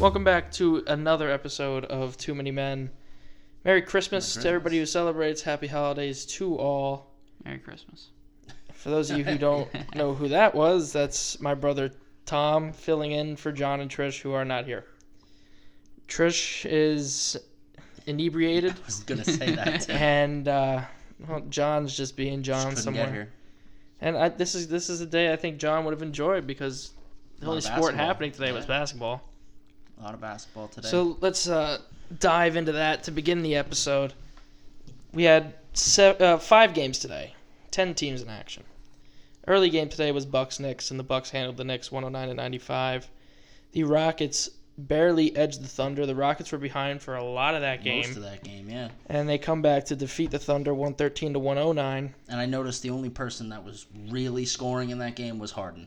Welcome back to another episode of Too Many Men. Merry Christmas to everybody who celebrates. Happy holidays to all. Merry Christmas. For those of you who don't know who that was, that's my brother Tom filling in for John and Trish, who are not here. Trish is inebriated, I was gonna say that. Too. and uh, well, John's just being John Couldn't somewhere. get here. And I, this is this is a day I think John would have enjoyed because the Lot only of sport basketball. happening today was Yeah. basketball. A lot of basketball today. So let's uh, dive into that to begin the episode. We had se- uh, five games today, ten teams in action. Early game today was Bucks Knicks, and the Bucks handled the Knicks 109 to 95. The Rockets barely edged the Thunder. The Rockets were behind for a lot of that game, most of that game, yeah. and they come back to defeat the Thunder 113 to 109. And I noticed the only person that was really scoring in that game was Harden.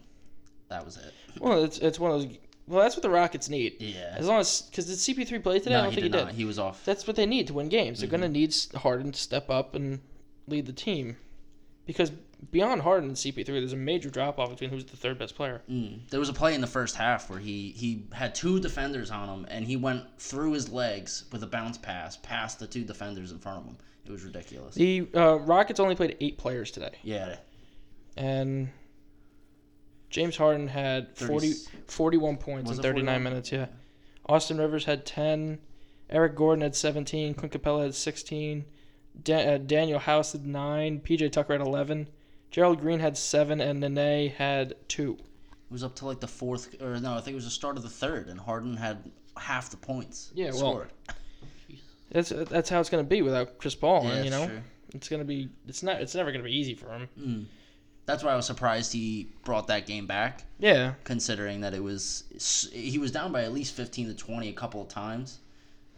That was it. Well, it's it's one of those. Well, that's what the Rockets need. Yeah. As long as because did CP3 play today? I don't he think he did. not. He was off. that's what they need to win games. They're Mm-hmm. going to need S- Harden to step up and lead the team. Because beyond Harden and CP3, there's a major drop off between who's the third best player. Mm. There was a play in the first half where he he had two defenders on him, and he went through his legs with a bounce pass past the two defenders in front of him. It was ridiculous. The uh, Rockets only played eight players today. Yeah. And James Harden had 40, Thirty- 41 points Was in it 39 41? minutes, yeah. Austin Rivers had 10. Eric Gordon had 17. Clint Capella had 16. Da- uh, Daniel House had 9. PJ Tucker had 11. Gerald Green had 7. And Nene had 2. It was up to like the fourth, or no, I think it was the start of the third, and Harden had half the points. Yeah, well, scored. That's that's how it's gonna be without Chris Paul, yeah, and you know sure. it's gonna be it's not it's never gonna be easy for him. That's why I was surprised he brought that game back, Yeah, considering that it was he was down by at least fifteen to twenty a couple of times,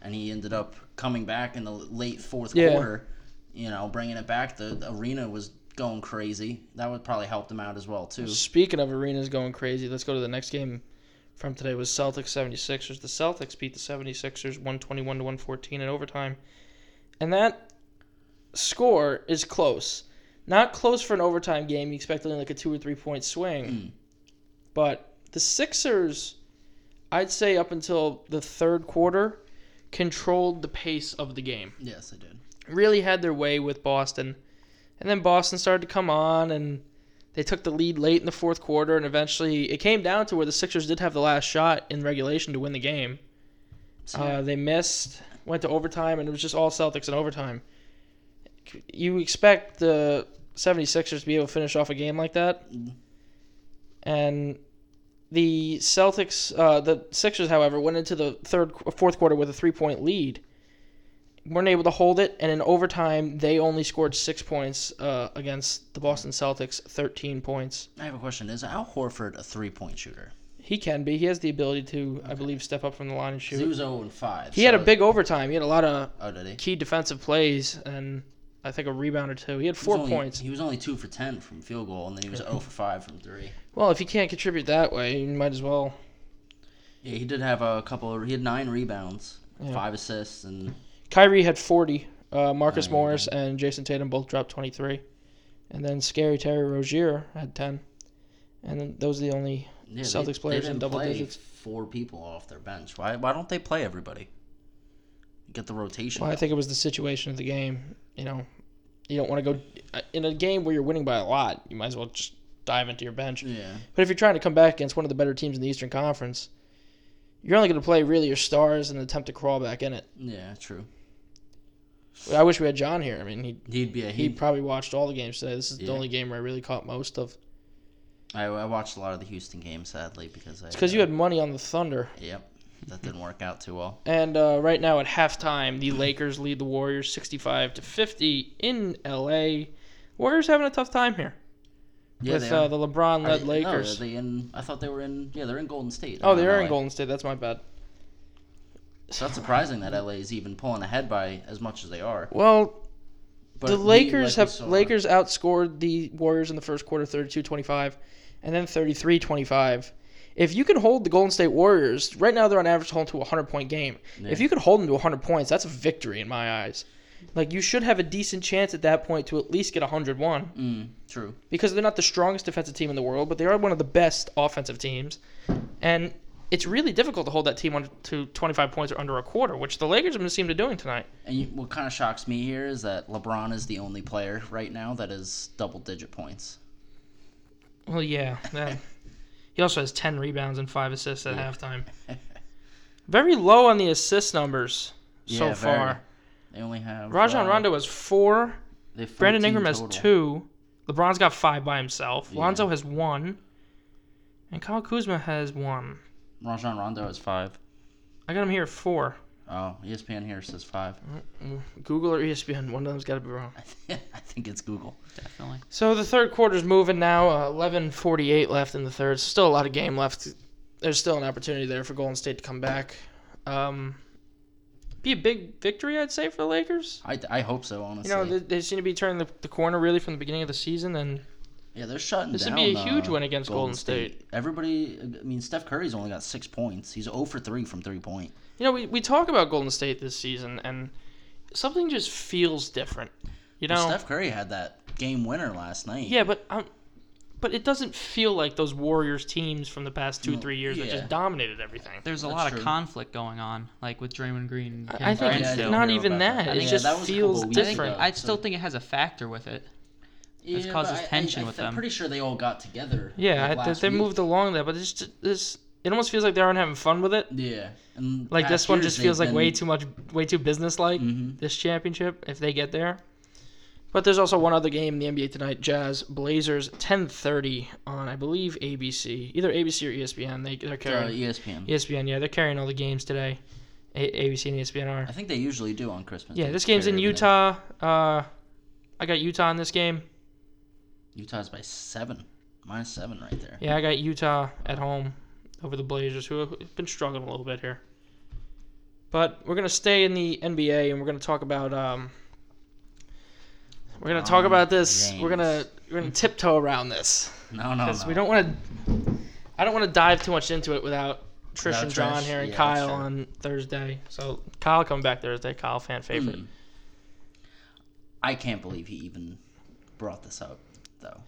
and he ended up coming back in the late fourth Yeah. quarter. You know, bringing it back. The, the arena was going crazy. That would probably helped him out as well too. Speaking of arenas going crazy, let's go to the next game from today was Celtics 76ers. The Celtics beat the 76ers 121 to 114 in overtime. And that score is close. Not close for an overtime game. You expect only like a two or three point swing. But the Sixers, I'd say up until the third quarter, controlled the pace of the game. Yes, I did. really had their way with Boston. And then Boston started to come on and they took the lead late in the fourth quarter and eventually it came down to where the Sixers did have the last shot in regulation to win the game. Uh, they missed, went to overtime and it was just all Celtics in overtime. You expect the 76ers to be able to finish off a game like that? And the Celtics, uh, the Sixers, however, went into the third, fourth quarter with a three-point lead weren't able to hold it, and in overtime, they only scored six points uh, against the Boston Celtics, 13 points. I have a question: Is Al Horford a three-point shooter? He can be. He has the ability to, I believe, step up from the line and 'Cause He shoot. was zero and five. He had a so- big overtime. He had a lot of Oh, did he? key defensive plays and I think a rebound or two. He had four was only- points. He was only two for ten from field goal, and then he was zero for five from three. Well, if you can't contribute that way, you might as well. Yeah, he did have a couple. Of, he had nine rebounds, Yeah. five assists, and Kyrie had 40. Uh, Marcus Oh, yeah. Morris and Jason Tatum both dropped 23. And then Scary Terry Rozier had 10. And then those are the only. yeah, Celtics players in double play digits. Four people off their bench. Why? Why don't they play everybody? Get the rotation. Well, I think it was the situation of the game. You know, you don't want to go uh, in a game where you're winning by a lot. You might as well just dive into your bench. yeah, But if you're trying to come back against one of the better teams in the Eastern Conference, you're only going to play really your stars and attempt to crawl back in it. yeah, true. I wish we had John here. I mean, he He'd be. A, he he. probably watched all the games today. This is the Mm-hmm. Yeah. only game where I really caught most of. I, I watched a lot of the Houston game, sadly, because I. Because you had money on the Thunder. Yep, that didn't work out too well. And uh, right now at halftime, the Lakers lead the Warriors 65 to 50 in LA. Warriors having a tough time here Yeah, with they uh, are. the LeBron-led Are they- no, Lakers. are they in? I thought they were in. Yeah, they're in Golden State. Oh, not they are in LA. Golden State. That's my bad. So that's surprising that LA is even pulling ahead by as much as they are. Well, But the we, Lakers like we have saw- Lakers outscored the Warriors in the first quarter 32-25 and then 33-25. If you can hold the Golden State Warriors, right now they're on average holding to a 100-point game. If you can hold them to 100 points, that's a victory in my eyes. Like you should have a decent chance at that point to at least get 101 Mm, true. because they're not the strongest defensive team in the world, but they are one of the best offensive teams. And it's really difficult to hold that team under, to 25 points or under a quarter, which the Lakers have seemed to doing tonight. And you, what kind of shocks me here is that LeBron is the only player right now that is double digit points. Well, yeah. that- he also has 10 rebounds and 5 assists at halftime. Very low on the assist numbers so Yeah, very. far. They only have Rajon uh, Rondo has 4. they have Brandon 14 Ingram has total. 2. LeBron's got 5 by himself. Yeah. Lonzo has 1. And Kyle Kuzma has 1. Rajon Rondo has five. I got him here at 4. Oh, ESPN here says five. Google or E ESPN, one of them's got to be wrong. I think it's Google. Definitely. So the third quarter's moving now. Uh, Eleven forty-eight left in the third. Still a lot of game left. There's still an opportunity there for Golden State to come back. Um, be a big victory, I'd say, for the Lakers. I, I hope so, You honestly. know, they, they seem to be turning the, the corner really from the beginning of the season, and yeah, they're shutting this would down. be a huge uh, win against Golden Everybody, I mean, Steph Curry's only got six points. He's 0 for 3 from three point. you know, we, we talk about Golden State this season, and something just feels different. You know, Well, Steph Curry had that game winner last night. yeah, but um, but it doesn't feel like those Warriors teams from the past two, No, three years that yeah. just dominated everything. There's a That's lot true. of conflict going on, like with Draymond Green. And Ken I think it's Yeah, I Grinsdale. didn't not hear even about that. that. It Yeah, just that was a feels couple weeks I think- different. ago. I still think it has a factor with it. This causes tension with them. I'm pretty sure they all got together. Yeah, like, I- they, last they week. moved along there, but it's just this. It almost feels like they aren't having fun with it. Yeah, and Like past this one years just feels they've like way been- too much, way too businesslike. Mhm. This championship, if they get there. But there's also one other game in the NBA tonight: Jazz Blazers, 10:30 on I believe ABC, either ABC or E ESPN. They they're uh, carrying E ESPN. ESPN. Yeah, they're carrying all the games today. A- ABC and E ESPN are. I think they usually do on Christmas. Yeah, They this game's in carry everything. Utah. Uh, I got Utah in this game. Utah's by seven, minus seven right there. Yeah, I got Utah at home over the Blazers, who have been struggling a little bit here. But we're gonna stay in the NBA, and we're gonna talk about um, we're gonna talk LeBron about this. We're gonna James. we're gonna tiptoe around this No, no, because no. we don't want to. I don't want to dive too much into it without Trish Without and John Trish, here and yeah, that's Kyle true. on Thursday. So Kyle coming back Thursday. Kyle fan favorite. Hmm. I can't believe he even brought this up, though.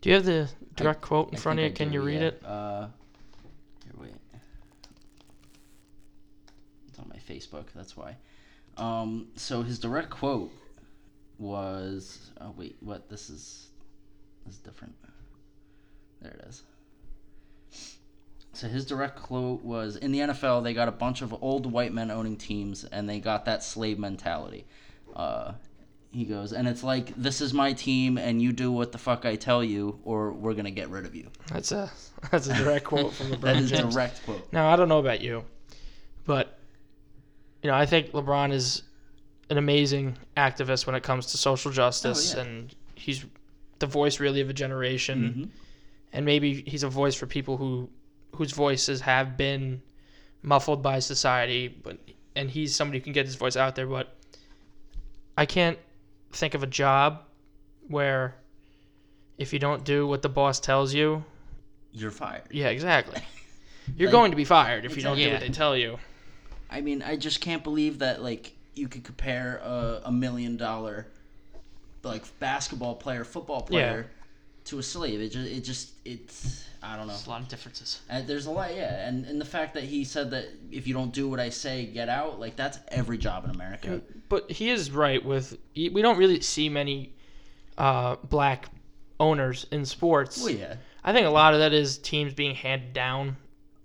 Do you have the direct quote in I front of you? think I Can do, you read yeah. it? Uh, here, wait. It's on my Facebook. That's why. Um, so his direct quote was, "Oh wait, what? This is this is different." There it is. So his direct quote was, "In the NFL, they got a bunch of old white men owning teams, and they got that slave mentality." Uh, he goes, and it's like, "This is my team, and you do what the fuck I tell you, or we're gonna get rid of you." That's a that's a direct quote from LeBron That is James. a direct quote. Now, I don't know about you, but you know, I think LeBron is an amazing activist when it comes to social justice Oh, yeah. and he's the voice really of a generation Mhm. and maybe he's a voice for people who whose voices have been muffled by society, but and he's somebody who can get his voice out there, but I can't think of a job where if you don't do what the boss tells you, You're fired. yeah, exactly. You're Like- going to be fired if you don't do Exactly. what they tell you. I mean, I just can't believe that like you could compare a, a million dollar like basketball player, football player to a slave. It just it just it's I don't know. There's a lot of differences. And there's a lot, yeah, and and the fact that he said that if you don't do what I say, get out. Like that's every job in America. But he is right with we don't really see many uh, black owners in sports. Well, yeah, I think a lot of that is teams being handed down.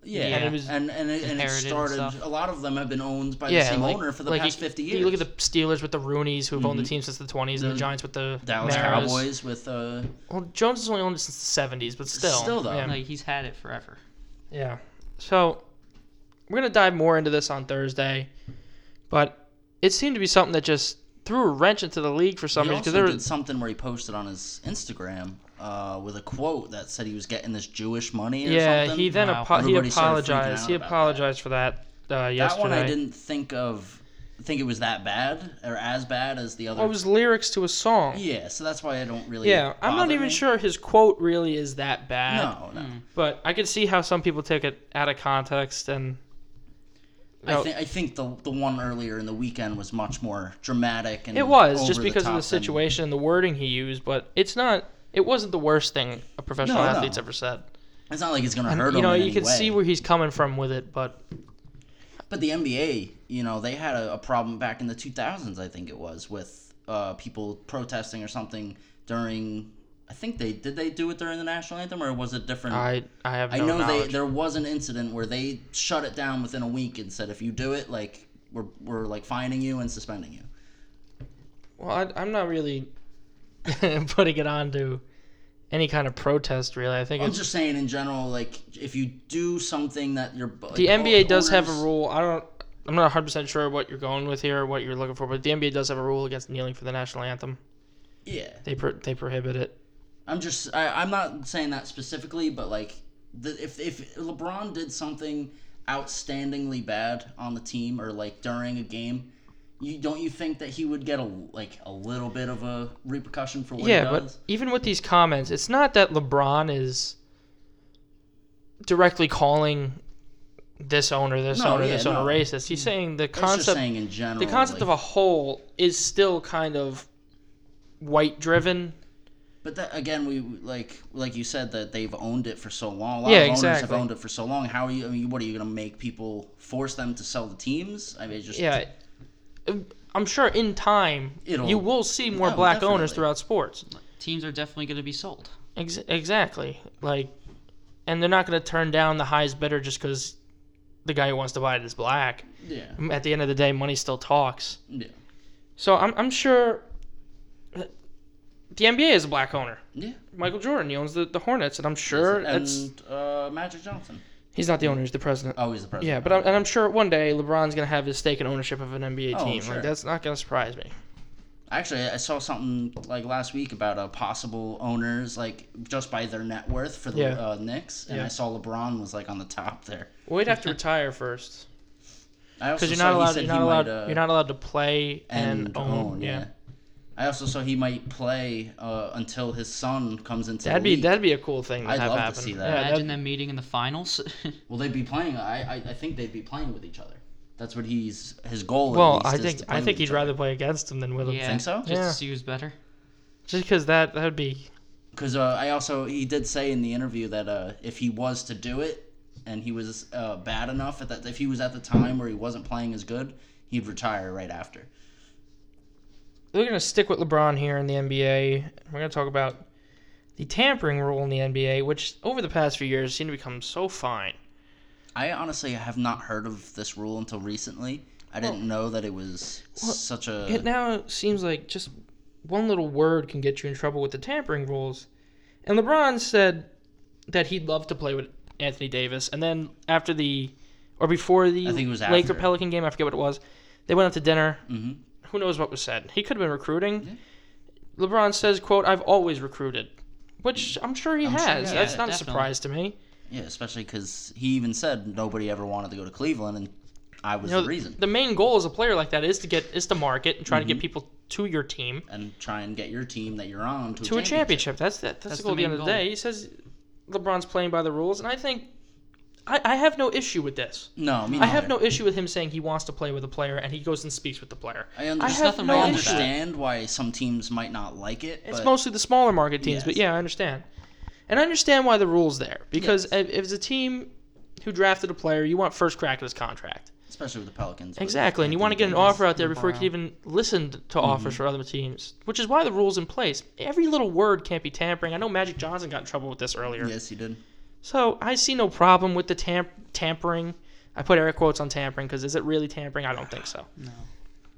yeah, Yeah. and it it was and and it, and it inherited and started. stuff. A lot of them have been owned by the same owner for the past you- fifty years. You look at the Steelers with the Rooneys, who've owned the team since the 20s, and the The Giants with the Dallas Maras. Cowboys with uh, Well, Jones has only owned it since the 70s, but still. Still, though. Yeah. Like he's had it forever. yeah. So we're going to dive more into this on Thursday, but it seemed to be something that just threw a wrench into the league for some he reason. also Because there did something where he posted on his Instagram uh, with a quote that said he was getting this Jewish money. Or Yeah, something. he then Wow. apo- he Everybody started freaking apologized. out He about that. apologized for that uh, yesterday. that one I didn't think of, think it was that bad or as bad as the other. Well, Oh, it was lyrics to a song. yeah, so that's why I don't really. Yeah, I'm not bother even me. sure his quote really is that bad. No, no. But I could see how some people take it out of context and. No. I think I think the the one earlier in the weekend was much more dramatic and It was over just because of top the than- situation and the wording he used, but it's not. It wasn't the worst thing a professional No, no. athlete's ever said. It's not like it's gonna And, hurt you know, them. in you any can way. see where he's coming from with it, but But the NBA, you know, they had a, a problem back in the 2000s, I think it was, with uh, people protesting or something during. I think they did they do it during the national anthem or was it different? I I have no I know knowledge. they there was an incident where they shut it down within a week and said if you do it, like we're we're like fining you and suspending you. Well, I, I'm not really putting it on to any kind of protest, really. I think I'm it's, just saying in general, like if you do something that you're the NBA does have a rule. I don't. I'm not 100 percent sure what you're going with here, or what you're looking for, but the NBA does have a rule against kneeling for the national anthem. Yeah, They pro- they prohibit it. I'm just I, I'm not saying that specifically, but like the, if if LeBron did something outstandingly bad on the team or like during a game, you don't you think that he would get a like a little bit of a repercussion for what yeah, he but does? even with these comments, it's not that LeBron is directly calling this owner, this No, owner, yeah, this no. owner racist. He's saying the It's just concept saying in general, the concept of like- a whole is still kind of white driven But that again, we like like you said that they've owned it for so long. A lot Yeah, of owners exactly. have owned it for so long. How are you? I mean, what are you going to make people force them to sell the teams? I mean, it's just yeah i'm sure in time It'll- you will see more No, black owners definitely. throughout sports Teams are definitely going to be sold. Ex- exactly like and they're not going to turn down the highest bidder just because the guy who wants to buy it is black yeah, at the end of the day money still talks yeah, so i'm, I'm sure that the nba is a black owner yeah. michael jordan he owns the, the hornets and i'm sure Er, that's and uh, Magic Johnson. he's not the owner he's the president Oh, he's the president. Yeah, but I'm, and I'm sure one day LeBron's gonna have his stake in ownership of an NBA Oh, team. sure. Like that's not gonna surprise me. Actually, I saw something like last week about uh, possible owners, like just by their net worth for the Yeah. uh, Knicks, and Yeah. I saw Lebron was like on the top there. Well, he'd have to retire first I also because you're saw not he allowed. said You're he not allowed. Might, uh, you're not allowed to play and, and own. own. yeah. Yeah. I also saw he might play uh, until his son comes into that'd the be league. that'd be a cool thing to I'd have love to happen. see that. Yeah, that'd- Imagine them meeting in the finals. Well, they'd be playing. I, I I think they'd be playing with each other. That's what he's his goal. at Well, least, I is think to play I with think each he'd other. rather play against him than with him. yeah. Think so? Just Yeah. to see who's better. Just because that that would be. Because uh, I also he did say in the interview that uh, if he was to do it and he was uh, bad enough at that, if he was at the time where he wasn't playing as good, he'd retire right after. We're gonna stick with LeBron here in the NBA. We're gonna talk about the tampering rule in the NBA, which over the past few years seemed to become so fine. I honestly have not heard of this rule until recently. I didn't know that it was such a It now seems like just one little word can get you in trouble with the tampering rules. And LeBron said that he'd love to play with Anthony Davis. And then after the, or before the I think it was Laker after. Pelican game, I forget what it was, they went out to dinner. Mhm. Who knows what was said? He could have been recruiting. LeBron says, "quote I've always recruited," which I'm sure he I'm has. sure, yeah, That's not a definitely. surprise to me. yeah, especially because he even said nobody ever wanted to go to Cleveland, and I was You know, the reason. Mm-hmm. the main goal as a player like that is to get is to market and try to get people to your team. and try and get your team that you're on to, to a championship. That's that, that's, That's the goal the at the end main of the goal. day. He says LeBron's playing by the rules, and I think I, I have no issue with this. No, me I have neither. no issue with him saying he wants to play with a player and he goes and speaks with the player. I, under- I There's have nothing no I wrong with issue. that. understand why some teams might not like it. It's but mostly the smaller market teams, but Yes. yeah, I understand. And I understand why the rule's there because if, if it's a team who drafted a player, you want first crack at his contract. especially with the Pelicans. Exactly, and you want to get an offer out there before you can even listen to offers for other teams, which is why the rule's in place. Every little word can't be tampering. I know Magic Johnson got in trouble with this earlier. Yes, he did. So I see no problem with the tam- tampering. I put air quotes on tampering because is it really tampering? I don't think so. No.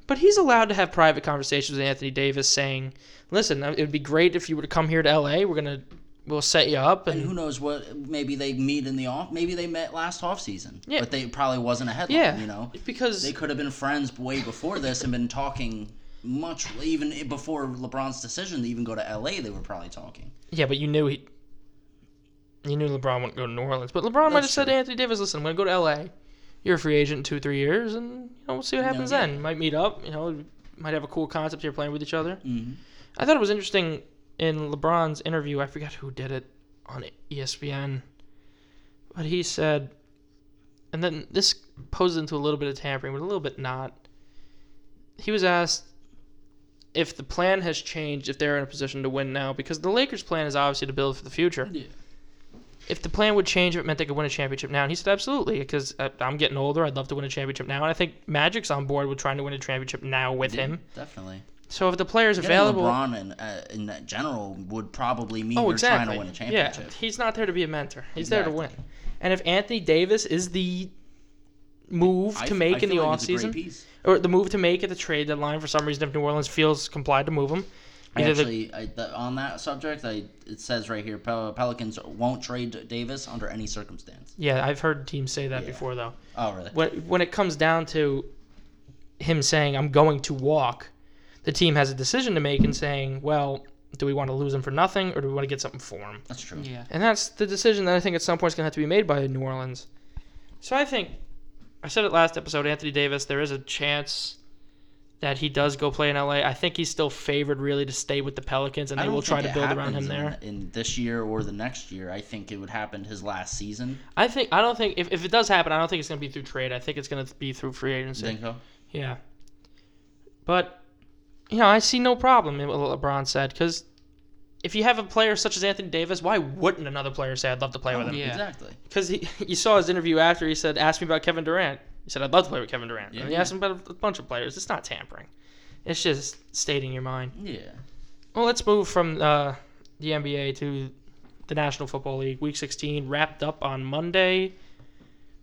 But he's allowed to have private conversations with Anthony Davis, saying, "Listen, it would be great if you were to come here to L.A. We're gonna, we'll set you up." And, And who knows what? Maybe they meet in the off. Maybe they met last off season. Yeah. But they probably wasn't a headline. yeah, You know, because they could have been friends way before this and been talking much even before LeBron's decision to even go to LA. They were probably talking. yeah, but you knew he, you knew LeBron wouldn't go to New Orleans, but LeBron might That's have said to true. Anthony Davis, "Listen, I'm gonna go to L.A. You're a free agent in two, three years, and you know we'll see what happens yeah. then. Might meet up, you know, might have a cool concept here playing with each other." Mm-hmm. I thought it was interesting in LeBron's interview. I forget who did it on E ESPN, but he said, and then this poses into a little bit of tampering, but a little bit not. He was asked if the plan has changed, if they're in a position to win now, because the Lakers' plan is obviously to build for the future. Yeah. if the plan would change, if it meant they could win a championship now. And he said, absolutely, because I'm getting older. I'd love to win a championship now. And I think Magic's on board with trying to win a championship now with Yeah, him. Definitely. So if the player's Getting available, LeBron in, uh, in that general would probably mean oh you're exactly, trying to win a yeah, championship. he's not there to be a mentor. He's there to win. Exactly. And if Anthony Davis is the move I to f- make I in the feel like off it's a great offseason, piece. or the move to make at the trade deadline for some reason if New Orleans feels complied to move him. I Either the- actually, I, the, on that subject, I it says right here, Pel- Pelicans won't trade Davis under any circumstance. yeah, I've heard teams say that Yeah. before though. Oh, really? When when it comes down to him saying I'm going to walk, the team has a decision to make in saying, well, do we want to lose him for nothing or do we want to get something for him? That's true. Yeah. And that's the decision that I think at some point is going to have to be made by New Orleans. So I think, I said it last episode, Anthony Davis, there is a chance that he does go play in LA. I think he's still favored really to stay with the Pelicans, and I they don't will try think to it build around him happens there. in, in this year or the next year. I think it would happen his last season. I think, I don't think, if, if it does happen, I don't think it's going to be through trade. I think it's going to be through free agency. Think so? Yeah. But, you know, I see no problem in what LeBron said because if you have a player such as Anthony Davis, why wouldn't another player say, I'd love to play with him? Yeah. Exactly. because you saw his interview after he said, "Ask me about Kevin Durant." He said, "I'd love to play with Kevin Durant." Yeah. And he asked him about a, a bunch of players. It's not tampering. It's just stating your mind. Yeah. Well, let's move from uh, the NBA to the National Football League. Week 16 wrapped up on Monday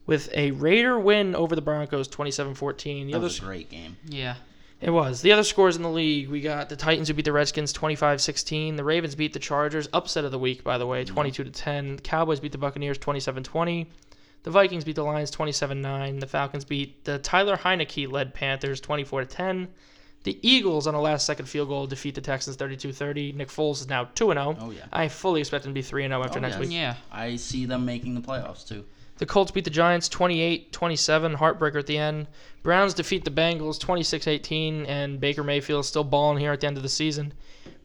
with a Raider win over the Broncos, 27-14. The That other was sc- a great game. Yeah. it was. The other scores in the league, we got the Titans who beat the Redskins 25-16. The Ravens beat the Chargers, upset of the week by the way, Mm-hmm. 22 to 10. The Cowboys beat the Buccaneers 27-20. The Vikings beat the Lions 27-9. The Falcons beat the Tyler Heineke led Panthers 24 to 10. The Eagles on a last second field goal defeat the Texans 32-30. Nick Foles is now 2 and 0. Oh, yeah. I fully expect him to be 3 and 0 after Oh, next yeah. week. Yeah. I see them making the playoffs too. The Colts beat the Giants 28 27, heartbreaker at the end. Browns defeat the Bengals 26 18, and Baker Mayfield's still balling here at the end of the season.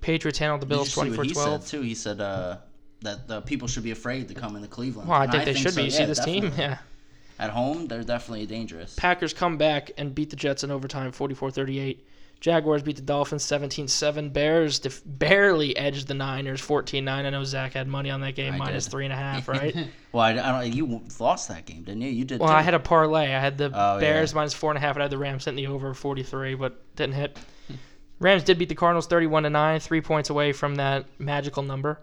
Patriots handled the Did you Bills see what 24 he 12. said too? He said uh, that the people should be afraid to come into Cleveland. Well, I And think they should so, be. You see yeah, this team? definitely. Yeah. At home, they're definitely dangerous. Packers come back and beat the Jets in overtime 44 38. Jaguars beat the Dolphins 17 7. Bears def- barely edged the Niners 14 9. I know Zach had money on that game, I minus did. three and a half, right? Well, I, I don't. You lost that game, didn't you? You did. well, too. I had a parlay. I had the Oh, yeah. Bears minus four and a half, and I had the Rams hitting the over 43, but didn't hit. Rams did beat the Cardinals 31 to 9, three points away from that magical number.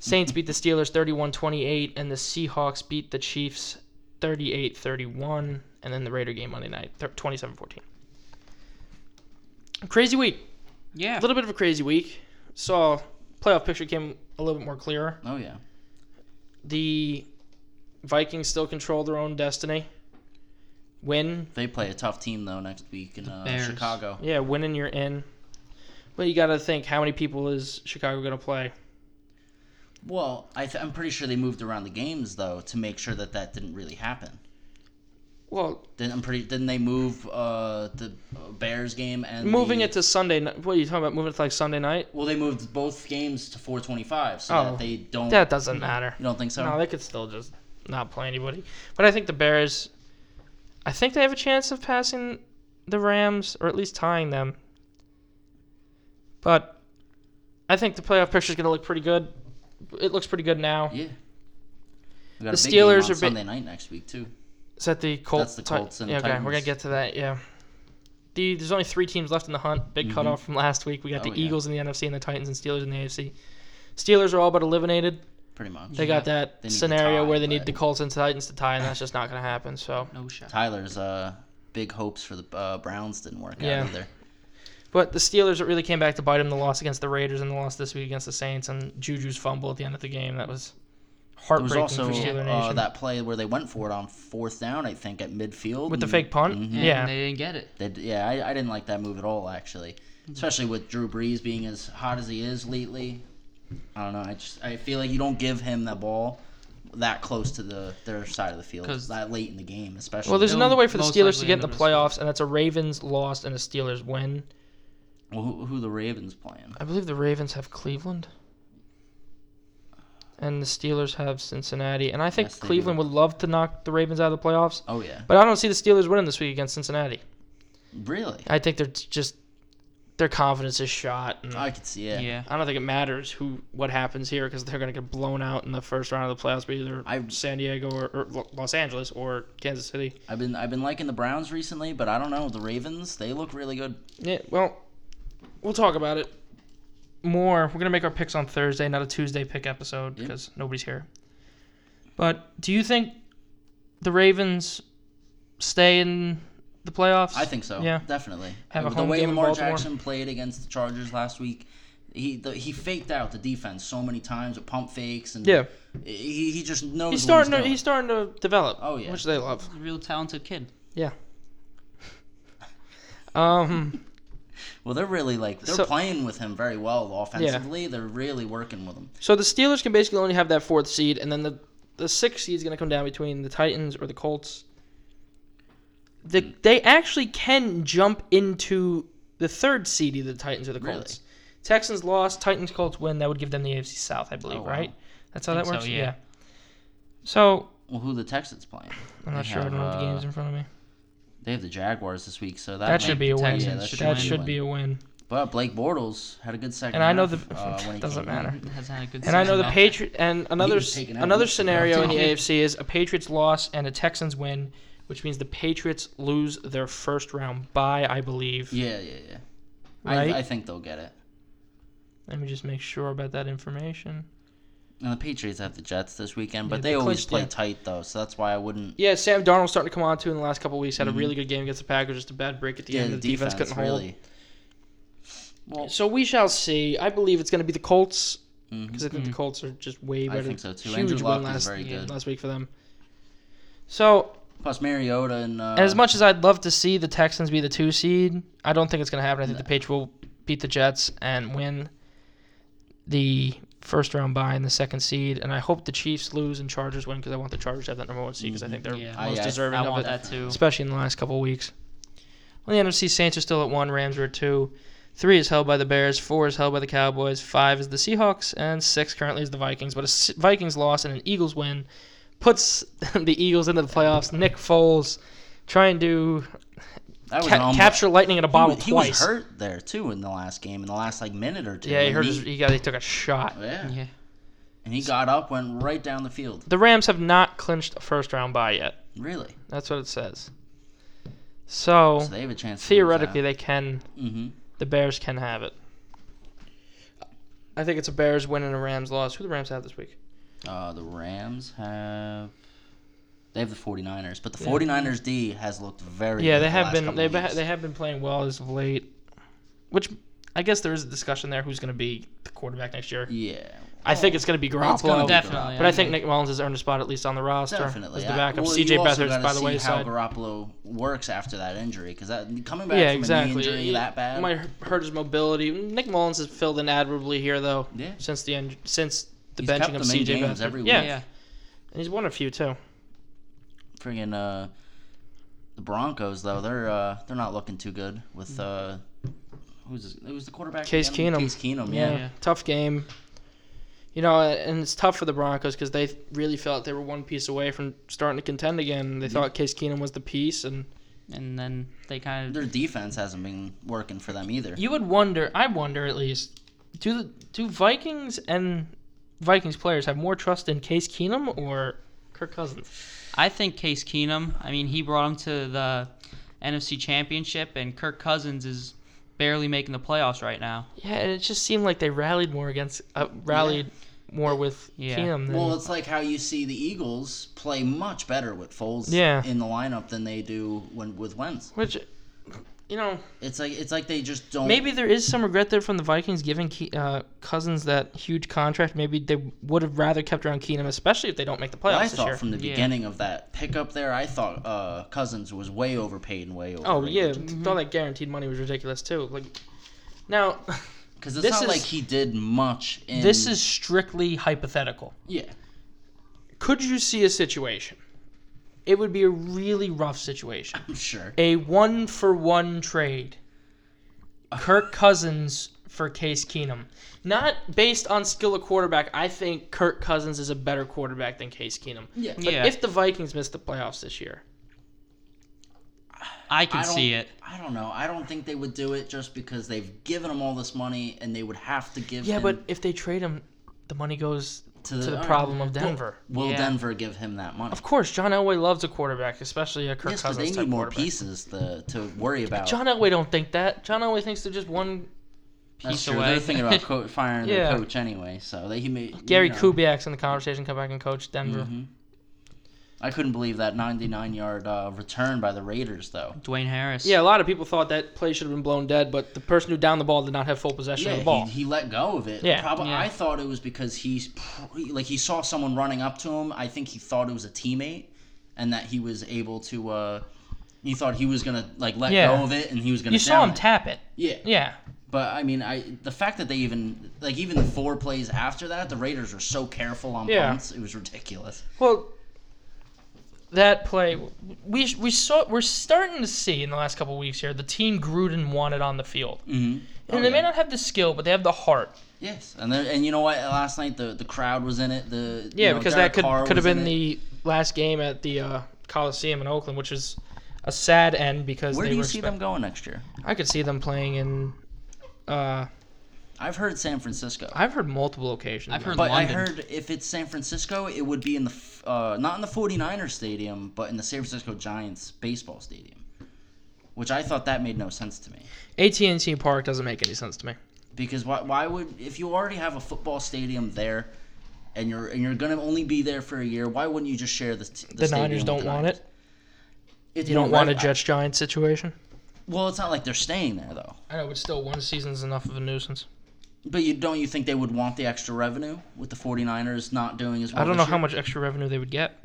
Saints beat the Steelers 31 28, and the Seahawks beat the Chiefs 38 31, and then the Raider game Monday night 27 14. Crazy week. Yeah. A little bit of a crazy week. Saw playoff picture came a little bit more clearer. Oh yeah. The Vikings still control their own destiny. Win They play a tough team though next week in uh, Bears. Chicago. Yeah, winning you're in. But you got to think how many people is Chicago going to play? Well, I th- I'm pretty sure they moved around the games though to make sure that that didn't really happen. Well, Then I'm pretty. Didn't they move uh, the uh, Bears game and moving the- it to Sunday. ni- What are you talking about? Moving it to like Sunday night? Well, they moved both games to 4:25, so Oh. that they don't. That doesn't matter. you don't think so? No, they could still just not play anybody. But I think the Bears. I think they have a chance of passing the Rams or at least tying them. But I think the playoff picture is going to look pretty good. It looks pretty good now. yeah. We The got a big game Steelers on are big- Sunday night next week too. Is that the Colts? the Ti- Colts and yeah, okay, we're gonna Titans. get to that. Yeah, the there's only three teams left in the hunt. Big cutoff from last week. We got Mm-hmm. Oh, the yeah. Eagles in the NFC and the Titans and Steelers in the AFC. Steelers are all but eliminated. Pretty much. They got that They need to scenario tie, where they need but- the Colts and Titans to tie, and that's just not gonna happen. So, No shot. Tyler's uh, big hopes for the uh, Browns didn't work Yeah. out either. but the Steelers it really came back to bite them. The loss against the Raiders and the loss this week against the Saints and Juju's fumble at the end of the game that was There was heartbreaking also for Steeler uh, Nation that play where they went for it on fourth down, I think, at midfield with the and- fake punt. Mhm. And Yeah, They didn't get it. They d- yeah, I, I didn't like that move at all, actually. Especially with Drew Brees being as hot as he is lately. I don't know. I just I feel like you don't give him the ball that close to the their side of the field 'Cause- that late in the game, especially. well, there's They'll another way for the Steelers most to likely get in end the up in a playoffs, and that's a Ravens loss and a Steelers win. Well, who, who the Ravens playing? I believe the Ravens have Cleveland. And the Steelers have Cincinnati. And I think Yes, they do. Cleveland would love to knock the Ravens out of the playoffs. Oh yeah, But I don't see the Steelers winning this week against Cincinnati. really? I think they're t- just their confidence is shot. And I I, could see it. yeah. don't think it matters who what happens here because they're going to get blown out in the first round of the playoffs by either I- San Diego or, or Lo- Los Angeles or Kansas City. I've been I've been liking the Browns recently, but I don't know the Ravens. They look really good. Yeah, well, we'll talk about it more. We're gonna make our picks on Thursday, not a Tuesday pick episode Yep. because nobody's here. But do you think the Ravens stay in the playoffs? I think so. Yeah. definitely. Have a the home way game in Lamar Baltimore. Jackson played against the Chargers last week, he the, he faked out the defense so many times with pump fakes and Yeah, he, he just knows. he's what starting. To, doing. he's starting to develop. Oh, yeah. which they love. He's a real talented kid. Um, Well, they're really like they're So- playing with him very well offensively. They're really working with him. so the Steelers can basically only have that fourth seed, and then the the sixth seed is gonna come down between the Titans or the Colts. The, Hmm. they actually can jump into the third seed, either the Titans or the Colts. Really? Texans lost, Titans Colts win. That would give them the AFC South, I believe, Oh, wow. right? That's how that Think so, works. yeah. yeah. So Well, who the Texans playing? I'm not They sure. I don't know have, the games uh, in front of me. They have the Jaguars this week, so that, That might- should be a win. Yeah, Texans that should should, be a win. be a win. But Blake Bortles had a good second. And I know half, the- uh, when he doesn't came in. matter. Has had a good And I know the season. Patriot and another was s- taken out another weeks ago. scenario in the Yeah. AFC is a Patriots loss and a Texans win, which means the Patriots lose their first round bye, I believe. Yeah, yeah, yeah. Right? I, I think they'll get it. Let me just make sure about that information. And the Patriots have the Jets this weekend, but Yeah, they they always clinched play that. tight though, so that's why I wouldn't. Yeah, Sam Darnold's starting to come on too in the last couple of weeks. Had a really good game against the Packers. Just a bad break at the Mm-hmm. end. Yeah, the, The, defense, couldn't hold. really. Well, So we shall see. I believe it's going to be the Colts mhm. because I think the Colts are just way I better. think so too. Huge Andrew win Luck is last, very yeah. good. last week for them. So Plus Mariota and uh, as much as I'd love to see the Texans be the two seed, I don't think it's going to happen. I think the Patriots will beat the Jets and win the first round bye and the second seed. And I hope the Chiefs lose and Chargers win because I want the Chargers to have that number one seed because I think they're Yeah. I- uh, most Mm-hmm. I- deserving I of it want that too. especially in the last couple of weeks. On the NFC, Saints are still at one, Rams are at two. Three is held by the Bears, four is held by the Cowboys, five is the Seahawks, and six currently is the Vikings. But a S- Vikings loss and an Eagles win puts the Eagles into the playoffs. Nick Foles trying to that was an ca- humble- capture lightning in a He, bottle was, he was twice. hurt there too in the last game, in the last like minute or two. Yeah, he and Oh, hurt his, he got he took a shot. yeah. Yeah. and he got up, went right down the field. The Rams have not clinched a first round bye yet. Really, That's what it says. So, so they have a chance. theoretically, they can mm-hmm. The Bears can have it. I think it's a Bears win and a Rams loss. Who the Rams have this week? Uh, the Rams have. They have the 49ers, but the Yeah. 49ers D has looked very. yeah, good they the have last been couple they've weeks. they have been playing well as of late. Which I guess there is a discussion there who's going to be the quarterback next year. Yeah, I think it's going to be it's gonna Garoppolo. be Garoppolo. Definitely. but I think Nick Mullins has earned a spot at least on the roster Definitely. as the I- backup. well, CJ you also Beathard gotta by the see wayside. How Garoppolo works after that injury, because that coming back Yeah, from exactly. a knee injury It that bad. might hurt his mobility. Nick Mullins has filled in admirably here though Yeah. since the end, since the He's kept benching them of in CJ games Beathard. every yeah, Yeah. week. and he's won a few too. Friggin' uh, the Broncos though, they're uh, they're not looking too good with uh, who's his, who's the quarterback? Case again? Keenum. Case Keenum. Yeah, Yeah. Yeah. tough game. You know, and it's tough for the Broncos because they really felt they were one piece away from starting to contend again. They thought Case Keenum was the piece, and And then they kind of. Their defense hasn't been working for them either. you would wonder. I wonder at least, do the do Vikings and Vikings players have more trust in Case Keenum or Kirk Cousins? I think Case Keenum. I mean, he brought him to the NFC Championship, and Kirk Cousins is barely making the playoffs right now. Yeah, and it just seemed like they rallied more against uh, rallied more with Yeah. Keenum. Than, Well, it's like how you see the Eagles play much better with Foles Yeah. in the lineup than they do when with Wentz. which, you know, It's like it's like they just don't. Maybe there is some regret there from the Vikings giving Ke- uh, Cousins that huge contract. Maybe they would have rather kept around Keenum, especially if they don't make the playoffs Well, I this year. thought from the Yeah. beginning of that pickup there, I thought uh, Cousins was way overpaid and way over. oh yeah, all that guaranteed money was ridiculous too. Like now, because it's This not is- like he did much. In, this is strictly hypothetical. yeah, Could you see a situation? It would be a really rough situation. I'm sure. A one for one trade. Kirk Cousins for Case Keenum. Not based on skill of quarterback. I think Kirk Cousins is a better quarterback than Case Keenum. Yeah, But Yeah. if the Vikings miss the playoffs this year, I can I don't- see it. I don't know. I don't think they would do it just because they've given him all this money and they would have to give Yeah, him but if they trade him, the money goes to the, to the all right, problem of well, Denver. Will Yeah. Denver give him that money? Uh, Of course, John Elway loves a quarterback, especially a Kirk Yes, but Cousins they type need more quarterback. pieces to, to worry about. John Elway don't think that. John Elway thinks they're just one. That's Piece true. away. They're thinking about co- firing Yeah. their coach anyway, so they he may Gary you know. Kubiak's in the conversation. Come back and coach Denver. Mhm. I couldn't believe that 99-yard uh, return by the Raiders, though. Dwayne Harris. Yeah, a lot of people thought that play should have been blown dead, but the person who downed the ball did not have full possession Yeah, of the ball. He, he let go of it. Yeah, Probably, yeah. I thought it was because he's pr- like he saw someone running up to him. I think he thought it was a teammate, and that he was able to. uh He thought he was gonna like let Yeah. go of it, and he was gonna. you saw down him it. tap it. yeah, Yeah. but I mean, I the fact that they even like even the four plays after that, the Raiders were so careful on Yeah. punts, it was ridiculous. Well, that play we we saw we're starting to see in the last couple of weeks here the team Gruden wanted on the field, Mm-hmm. and they may not have the skill, but they have the heart. Yes, and then, and you know what? Last night the the crowd was in it. The you Yeah, know, because Derek that could Carr could have was in been it. the last game at the uh, Coliseum in Oakland, which is a sad end because Where they do you were see spe- them going next year? I could see them playing in. Uh, I've heard San Francisco. I've heard multiple occasions. I've man. heard- But I London. heard if it's San Francisco, it would be in the f- uh, not in the 49ers stadium, but in the San Francisco Giants baseball stadium, which I thought that made no sense to me. AT&T Park doesn't make any sense to me. Because why, why would if you already have a football stadium there, and you're and you're gonna only be there for a year, why wouldn't you just share the t- The stadium Niners with don't the want Niners? it. It's You more don't want a rev- Jets Giants situation. Well, it's not like they're staying there though. I know, but still, one season's enough of a nuisance. But you don't you think they would want the extra revenue with the 49ers not doing as well? I don't know this how year? much extra revenue they would get.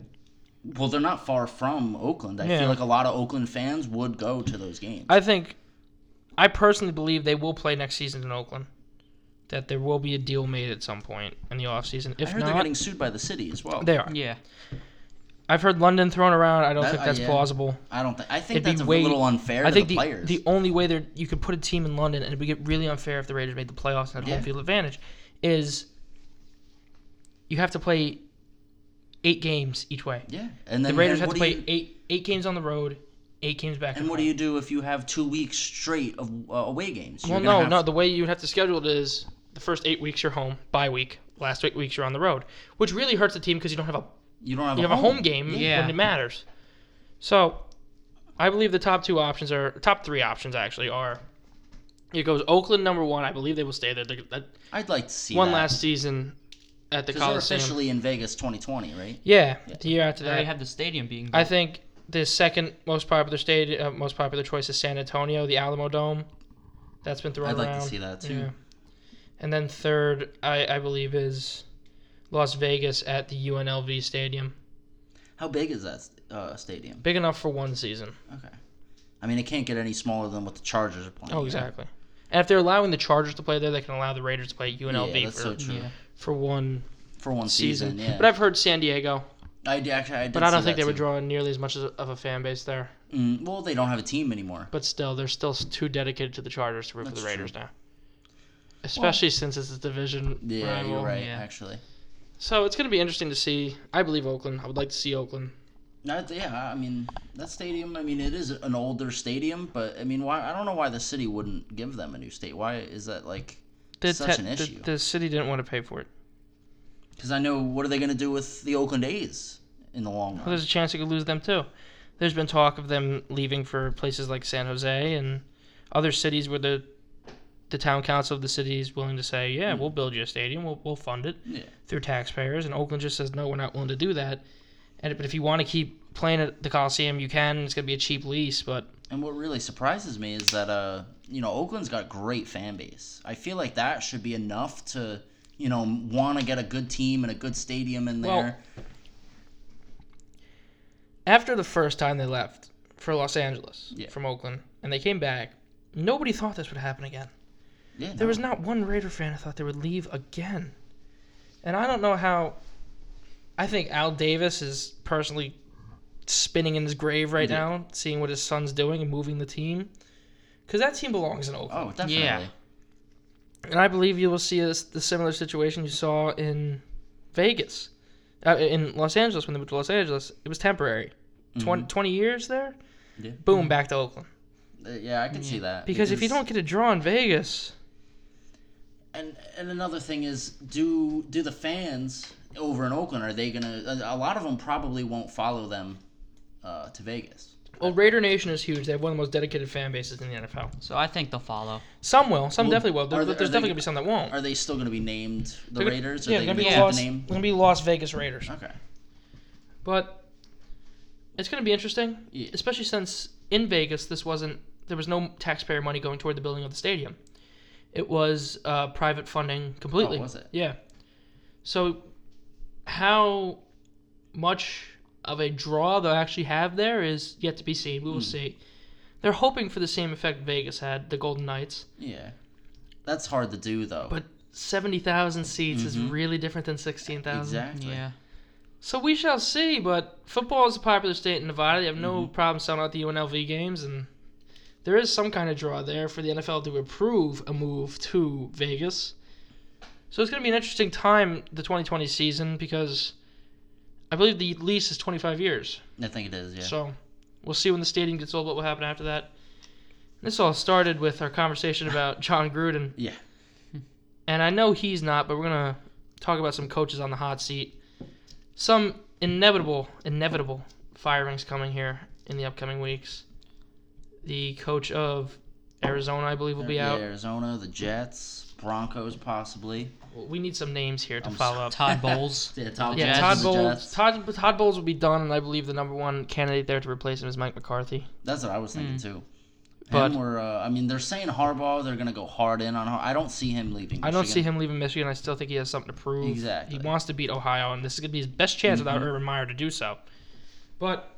Well, they're not far from Oakland. I Yeah. feel like a lot of Oakland fans would go to those games. I think, I personally believe they will play next season in Oakland. That there will be a deal made at some point in the offseason. I If heard not, they're getting sued by the city as well. they are. Yeah. I've heard London thrown around. I don't That- think uh, that's yeah. plausible. I don't think. I It'd think be that's a way- little unfair I to think the, the, players. the only way there you could put a team in London and it would get really unfair if the Raiders made the playoffs and had Yeah. home field advantage is you have to play eight games each way. yeah, and then The Raiders then have to what do play You, eight eight games on the road, eight games back. and at what do home. you do if you have two weeks straight of uh, away games? Well, You're gonna no, have- no. The way you would have to schedule it is the first eight weeks you're home, bye week. Last eight weeks you're on the road, which really hurts the team because you don't have a You don't have, you a, have a home game Yeah. when it matters. So, I believe the top two options are top three options actually are. It goes Oakland number one. I believe they will stay there. They- that- I'd like to see one that. last season at the because they're Coliseum. officially in Vegas 2020, right? yeah, the year after They already that. have the stadium being built. I think the second most popular state, uh, most popular choice is San Antonio, the Alamo Dome. That's been thrown I'd like around. to see that too. Yeah. And then third, I, I believe, is Las Vegas at the UNLV Stadium. How big is that uh, stadium? Big enough for one season. Okay, I mean it can't get any smaller than what the Chargers are playing. Oh, right? exactly. And if they're allowing the Chargers to play there, they can allow the Raiders to play at UNLV Yeah, that's for, so true. yeah. for one For one season. season, yeah. But I've heard San Diego. I d- actually, I did But I don't see think that they would too. draw nearly as much as of a fan base there. Mm, well, they don't have a team anymore. But still, they're still s- too dedicated to the Chargers to root for That's the Raiders now. Especially since it's a division Yeah, rival. you're right. yeah. Actually, So it's going to be interesting to see. I believe Oakland. I would like to see Oakland. That, yeah, I mean that stadium. I mean it is an older stadium, but I mean why? I don't know why the city wouldn't give them a new state. Why is that like? The Such te- an the- issue. the city didn't want to pay for it. Because I know what are they going to do with the Oakland A's in the long Well, run? there's a chance you could lose them too. There's been talk of them leaving for places like San Jose and other cities where the the town council of the city is willing to say, yeah, we'll build you a stadium, we'll, we'll fund it Mm. Yeah. through taxpayers. And Oakland just says, no, we're not willing to do that. And but if you want to keep playing at the Coliseum, you can. It's gonna be a cheap lease, but And what really surprises me is that uh, you know, Oakland's got a great fan base. I feel like that should be enough to you know want to get a good team and a good stadium in Well- there. after the first time they left for Los Angeles Yeah. from Oakland and they came back, nobody thought this would happen again. yeah, There no. was not one Raider fan I thought they would leave again. And I don't know how. I think Al Davis is personally spinning in his grave right Yeah. now, seeing what his son's doing and moving the team. Because that team belongs in Oakland. Oh, definitely. Yeah. And I believe you will see a, the similar situation you saw in Vegas, uh, in Los Angeles when they moved to Los Angeles. It was temporary. 20, 20 years there? Mm-hmm. Yeah. Boom, back to Oakland. Uh, yeah, I can see that. Because if you don't get a draw in Vegas, and and another thing is, do do the fans over in Oakland are they gonna? A a lot of them probably won't follow them uh, to Vegas. well, Raider Nation is huge. They have one of the most dedicated fan bases in the NFL. So I think they'll follow. Some will, some Well, definitely will. There- are they- but there's are they- definitely gonna be some that won't. Are they still gonna be named the They're gonna- Raiders? Are yeah, they they're gonna gonna, keep be Las, the name? gonna be Las Vegas Raiders. Okay. But it's going to be interesting, Yeah. especially since in Vegas this wasn't there was no taxpayer money going toward the building of the stadium. It was uh, private funding completely. Oh, was it? Yeah. So how much of a draw they'll actually have there is yet to be seen. We will Hmm. see. They're hoping for the same effect Vegas had, the Golden Knights, Yeah. That's hard to do though. but 70,000 seats is Mhm. really different than 16,000. exactly. Yeah. So we shall see, but football is a popular state in Nevada. They have no problem selling out the UNLV games, and there is some kind of draw there for the NFL to approve a move to Vegas. So it's going to be an interesting time, the 2020 season, because I believe the lease is 25 years. I think it is. Yeah. So we'll see when the stadium gets old what will happen after that. This all started with our conversation about John Gruden. yeah. And I know he's not, but we're gonna talk about some coaches on the hot seat. Some inevitable, inevitable firings coming here in the upcoming weeks. The coach of Arizona, I believe, will be Yeah, out. Arizona, the Jets, Broncos possibly. We need some names here to I'm follow up. Todd Bowles. Yeah, Todd, Yeah, Jets. Todd Todd Bowles. Todd, Todd Bowles will be done, and I believe the number one candidate there to replace him is Mike McCarthy. That's what I was thinking too. Hmm. But- Him or, uh, I mean, they're saying Harbaugh. They're gonna go hard in on. Har- I don't see him leaving. I don't see Michigan. him leaving Michigan. I still think he has something to prove. Exactly. He wants to beat Ohio, and this is going to be his best chance without Urban Meyer to do so. But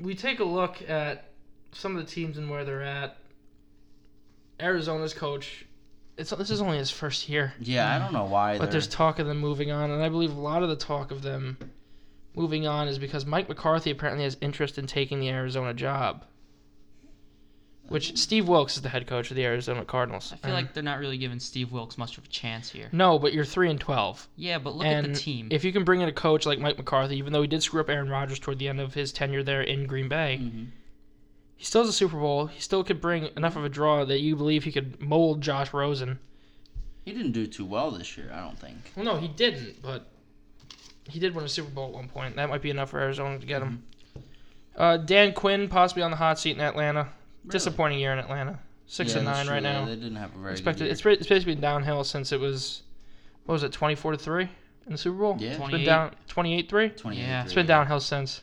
we take a look at some of the teams and where they're at. Arizona's coach, it's this is only his first year, Yeah, I don't know why. but they're- there's talk of them moving on, and I believe a lot of the talk of them moving on is because Mike McCarthy apparently has interest in taking the Arizona job. Which Steve Wilkes is the head coach of the Arizona Cardinals. I and- feel like they're not really giving Steve Wilkes much of a chance here. no, but you're three and twelve. Yeah, but look and at the team. If you can bring in a coach like Mike McCarthy, even though he did screw up Aaron Rodgers toward the end of his tenure there in Green Bay, Mhm. he still has a Super Bowl. He still could bring enough of a draw that you believe he could mold Josh Rosen. He didn't do too well this year. I don't think. Well, no, he didn't, but he did win a Super Bowl at one point. That might be enough for Arizona to get him. Uh, Dan Quinn possibly on the hot seat in Atlanta. Disappointing year in Atlanta. Six Yeah, and that's nine true. right Yeah, now. They didn't have a very Expected. good It's, ba- it's basically been downhill since it was. What was it? Twenty four to three in the Super Bowl. Yeah. It's been 28. down twenty eight three. It's, yeah, It's been downhill since.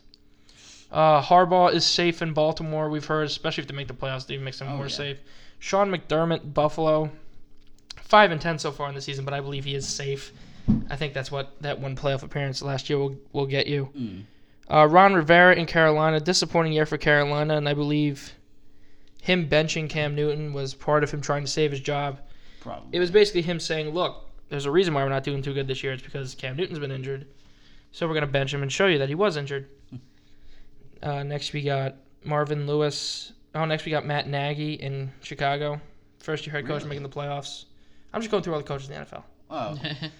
Uh, Harbaugh is safe in Baltimore. We've heard, especially if they make the playoffs, they make them Oh, more yeah. safe. Sean McDermott, Buffalo, five and ten so far in the season, but I believe he is safe. I think that's what that one playoff appearance last year will will get you. Mm. Uh, Ron Rivera in Carolina, disappointing year for Carolina, and I believe him benching Cam Newton was part of him trying to save his job. Probably. It was basically him saying, "Look, there's a reason why we're not doing too good this year. It's because Cam Newton's been injured, so we're gonna bench him and show you that he was injured." Uh, next we got Marvin Lewis. Oh, next we got Matt Nagy in Chicago, first year head coach Really? making the playoffs. I'm just going through all the coaches in the NFL.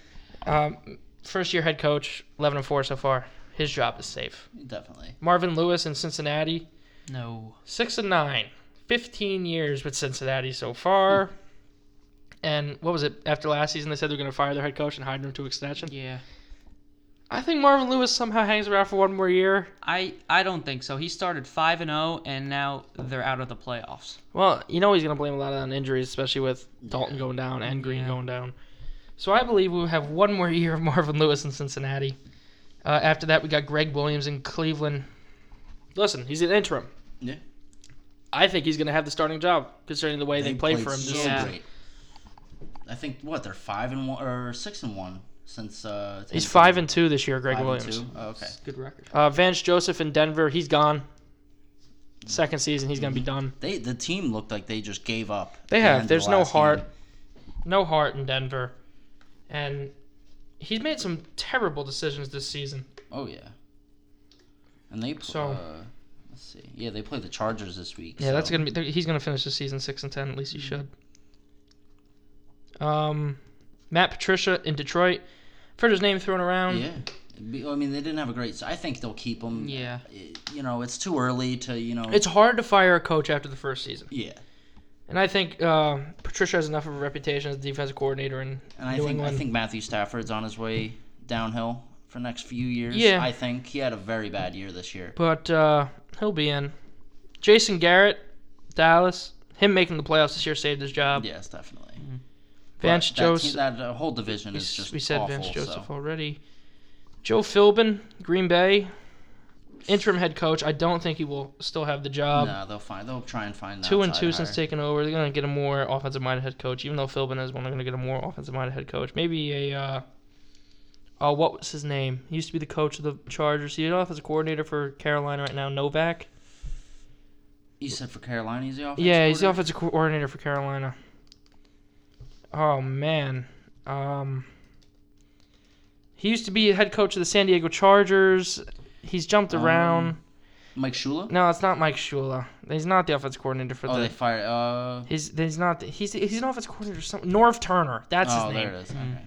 Oh, Um, first year head coach, 11 and four so far. His job is safe. definitely. Marvin Lewis in Cincinnati, no. six and nine 15 years with cincinnati so far and what was it after last season they said they're going to fire their head coach and hire him to extension Yeah. i think marvin lewis somehow hangs around for one more year I I don't think so. He started 5 and 0 and now they're out of the playoffs. well you know he's going to blame a lot on injuries especially with dalton going down and green Yeah. going down so i believe we'll have one more year of marvin lewis in cincinnati uh, after that we got greg williams in cleveland listen he's an interim Yeah. i think he's going to have the starting job considering the way they, played, for him this so season. Yeah. great. I think what they're five and one or six and one since. Uh, he's Tennessee. five and two this year greg Five and williams two? Oh, okay. Good record. Uh, Vance Joseph in Denver, he's gone. Second season, he's gonna be done. They the team looked like they just gave up. at They the end have. of There's the no last heart, game. no heart in Denver, and he's made some terrible decisions this season. Oh yeah. And they pl- So- uh, let's see. Yeah, they play the Chargers this week. Yeah, that's so- gonna be. He's gonna finish the season six and ten. At least he should. Um, Matt Patricia in Detroit. I've heard his name thrown around. Yeah. Be- I mean, they didn't have a great. So I think they'll keep him. Yeah. You know, it's too early to you know. It's hard to fire a coach after the first season, yeah, and I think uh, Patricia has enough of a reputation as a defensive coordinator in and I New think England. I think Matthew Stafford's on his way downhill for next few years. Yeah. I think he had a very bad year this year. but uh, he'll be in. Jason Garrett, Dallas. Him making the playoffs this year saved his job. Yes, definitely. Vance But that team- Joseph. That, uh, whole division We, is s- just Mm-hmm. we said awful, Vance Joseph So. already. Joe Philbin, Green Bay, interim head coach. I don't think he will still have the job. no, they'll find. They'll try and find Two and outside two hire. since taking over. They're gonna get a more offensive minded head coach. Even though Philbin is one, they're gonna get a more offensive minded head coach. Maybe a. Uh, uh, what was his name? He used to be the coach of the Chargers. He's an offensive coordinator for Carolina right now. Novak. You said for Carolina, he's the offensive. Yeah, he's the coordinator? offensive coordinator for Carolina. Oh man, um, he used to be head coach of the San Diego Chargers. He's jumped Um, around. Mike Shula. No, it's not Mike Shula. He's not the offensive coordinator for Oh, the. they fired. Uh, He's he's not. The, he's he's an offensive coordinator. Or something. Norv Turner. That's oh, his there name. it is. Mm. Okay.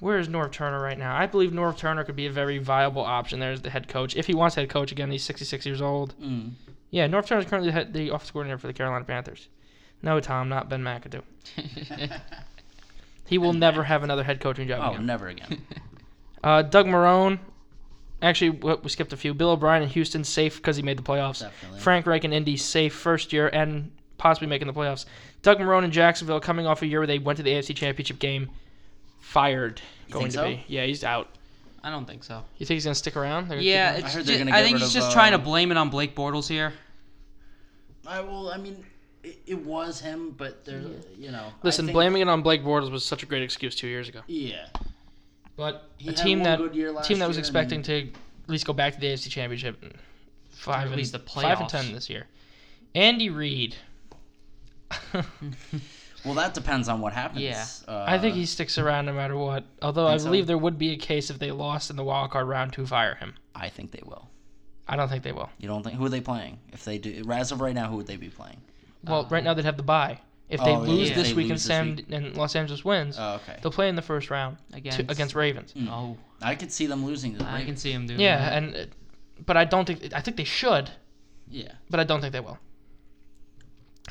Where is Norv Turner right now? I believe Norv Turner could be a very viable option there as the head coach if he wants head coach again. He's 66 years old. Mm. Yeah, Norv Turner is currently the, head, the offensive coordinator for the Carolina Panthers. No, Tom, not Ben McAdoo. Mm. He will never have another head coaching job Mm. Oh, again. never again. Uh, Doug Marone. Actually, what- we skipped a few. Bill O'Brien in Houston, safe because he made the playoffs. Definitely. Frank Reich in Indy, safe first year and possibly making the playoffs. Doug Marone in Jacksonville, coming off a year where they went to the AFC Championship game, fired. going think to so? be. Yeah, he's out. I don't think so. You think he's going to stick around? They're gonna keep Yeah, him? it's heard ju- they're gonna I get think rid he's of, just trying to um, blame it on Blake Bortles here. I will. I mean, it, it was him, but there, you know. I Listen, think- blaming it on Blake Bortles was such a great excuse two years ago. Yeah, But He a had team one that good year last team that was year, and- expecting to at least go back to the AFC Championship, five at and, least the five and playoffs. ten this year. Andy Reid, Well, that depends on what happens. Yeah. Uh, I think he sticks around no matter what. Although I Think so? believe there would be a case if they lost in the wild card round to fire him. I think they will. I don't think they will. You don't think who are they playing? If they do, as of right now, who would they be playing? Well, right now they'd have the bye. If they Oh, yeah, lose if this they week lose and this Sam and Los Angeles wins, Oh, Mm-hmm. okay. they'll play in the first round Against, to, against Ravens. Oh, I could see them losing to the I Ravens. can see him doing. Yeah, that. and uh, but I don't think I think they should, Yeah. but I don't think they will.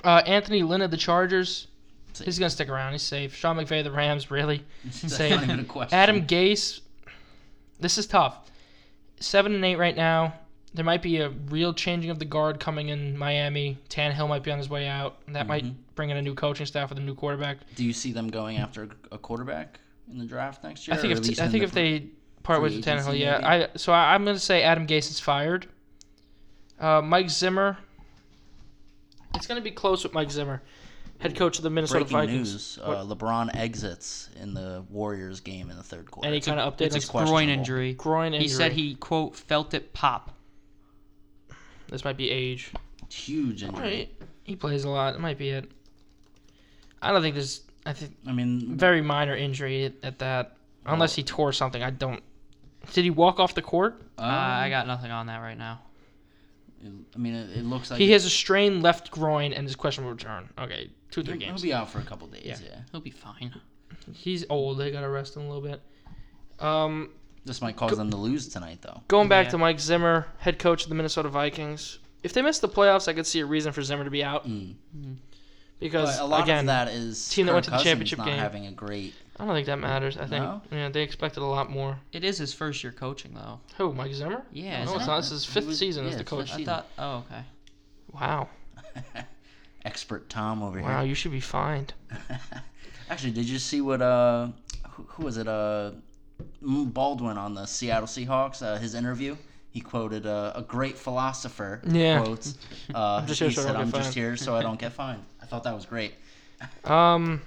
Uh, Anthony Lynn of the Chargers. See. He's gonna stick around. He's safe. Sean McVay, of the Rams, really. That's Say- not even a question. Adam Gase. This is tough. Seven and eight right now. There might be a real changing of the guard coming in Miami. Tannehill might be on his way out. and That might bring in a new coaching staff with a new quarterback. Do you see them going after a quarterback in the draft next year? I think or at if least I in think the if they part ways with free Tannehill, agency, yeah. I so I, I'm gonna say Adam Gase is fired. Uh, Mike Zimmer. It's gonna be close with Mike Zimmer, head coach of the Minnesota breaking Vikings. news, uh, LeBron exits in the Warriors game in the third quarter. Any kind of update it's on a his groin questionable. injury. groin injury? He said he quote felt it pop. this might be age. huge injury. Right. He plays a lot. It might be it. I don't think there's. I think I mean, very minor injury at that. Unless he tore something. I don't. Did he walk off the court? uh, Uh, I got nothing on that right now. I mean, it, it looks like He has a strained left groin and is questionable return. Okay, two he'll, three he'll games. be out for a couple days. Yeah. Yeah. He'll be fine. He's old. They gotta rest him a little bit. Um, this might cause them to lose tonight, though. going back Yeah. to Mike Zimmer, head coach of the Minnesota Vikings. If they miss the playoffs, I could see a reason for Zimmer to be out Mm. because But a lot again, of that is team that went Kirk to the Cousins championship not game. having a great. I don't think that matters. I think No? yeah, they expected a lot more. It is his first year coaching though. Who, Mike Zimmer? Yeah, no, Oh, isn't it's it? not. This is his He fifth was- season as yeah, the it's fifth coach. I season. thought. Oh, okay. Wow, Expert Tom over wow, here. you should be fined. Actually, did you see what uh, who, who was it uh, M- Baldwin on the Seattle Seahawks? Uh, his interview. He quoted uh, a great philosopher. Yeah. Quotes. Uh, just here he so I said, don't get "I'm just fined." here so I don't get fined." I thought that was great. Um,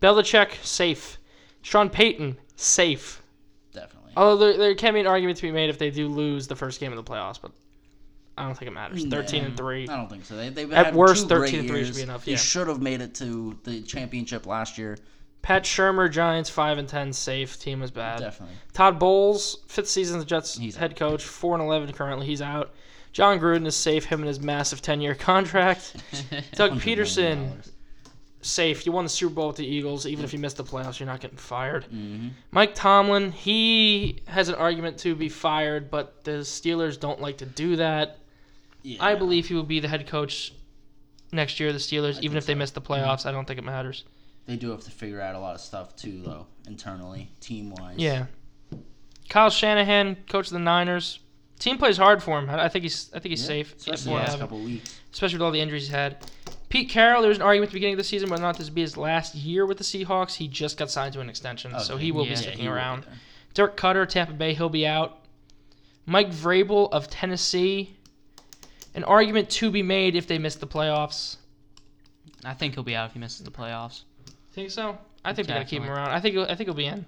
Belichick safe. Sean Payton safe. Definitely. Although there, there can be an argument to be made if they do lose the first game of the playoffs, but I don't think it matters. Thirteen and Nah. three. I don't think so. They, they've At had worst, two great 13 and three should years. be enough, They yeah. should have made it to the championship last year. Pat Shermer, Giants five and ten safe. Team was bad. Definitely. Todd Bowles, fifth season as Jets He's head coach, four and eleven currently. He's out. John Gruden is safe. Him and his massive ten year contract. Doug $100 million Peterson dollars. safe. You won the Super Bowl with the Eagles. Even if you missed the playoffs, you're not getting fired. Mm-hmm. Mike Tomlin, he has an argument to be fired, but the Steelers don't like to do that. Yeah. I believe he will be the head coach next year of the Steelers, I even think if they so. Mm-hmm. miss the playoffs. I don't think it matters. they do have to figure out a lot of stuff too, though, internally, team wise. Yeah. Kyle Shanahan, coach of the Niners. Team plays hard for him. I I think he's I think he's safe. Especially Yeah. the last couple weeks. especially with all the injuries he's had. Pete Carroll, there was an argument at the beginning of the season whether or not this would be his last year with the Seahawks. He just got signed to an extension, Oh, so yeah. he will Yeah, be he sticking he will be around. there. Dirk Cutter, Tampa Bay, he'll be out. Mike Vrabel of Tennessee, an argument to be made if they miss the playoffs. I think he'll be out if he misses the playoffs. Think so? I think they're gonna keep him Definitely. around. I think he'll, I think he'll be in.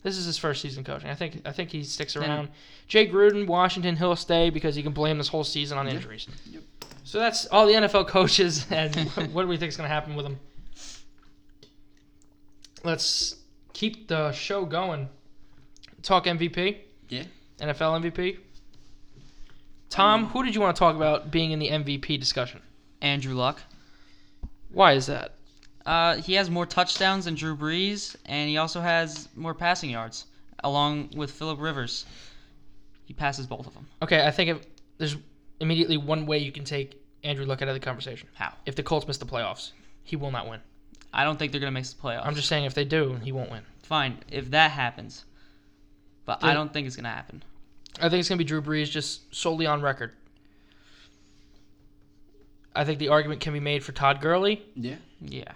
This is his first season coaching. I think I think he sticks Then- around. Jay Gruden, Washington, he'll stay because he can blame this whole season on Yeah. injuries. Yep. So that's all the NFL coaches and what do we think is gonna happen with them? Let's keep the show going. Talk MVP, Yeah. NFL MVP. Tom, who did you want to talk about being in the MVP discussion? Andrew Luck. Why is that? Uh, he has more touchdowns than Drew Brees, and he also has more passing yards, along with Philip Rivers. He passes both of them. Okay, I think if, there's immediately one way you can take Andrew Luck out of the conversation. How? If the Colts miss the playoffs, he will not win. I don't think they're gonna make the playoffs. I'm just saying if they do, he won't win. fine if that happens, but Then- I don't think it's gonna happen. I think it's going to be Drew Brees just solely on record. I think the argument can be made for Todd Gurley, Yeah. Yeah.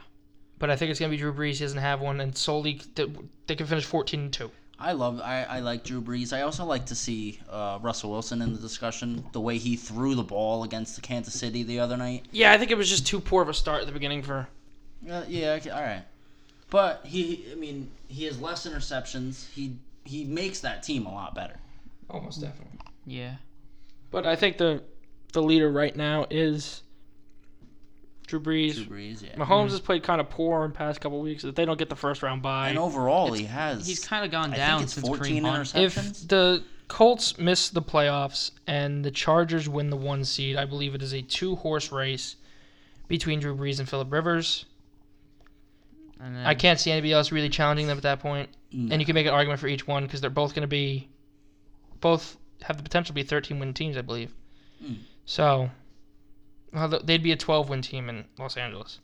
but I think it's going to be Drew Brees. He doesn't have one, and solely th- they can finish 14 and 2. I love. I, I like Drew Brees. I also like to see uh, Russell Wilson in the discussion. The way he threw the ball against the Kansas City the other night. Yeah, I think it was just too poor of a start at the beginning for. Uh, yeah. Okay, all right. But he. I mean, he has less interceptions. He he makes that team a lot better. Almost definitely. Yeah. But I think the the leader right now is Drew Brees. Drew Brees. Yeah. Mahomes has played kind of poor in past couple weeks. If they don't get the first round bye, And overall, he has. He's kind of gone I down think it's since 14 Kareem Hunt. if interceptions. the Colts miss the playoffs and the Chargers win the one seed, I believe it is a two horse race between Drew Brees and Philip Rivers. And then, Mm. I can't see anybody else really challenging them at that point. No. And you can make an argument for each one because they're both going to be, both have the potential to be 13 win teams, I believe. Mm. So, well, th- they'd be a 12 win team in Los Angeles.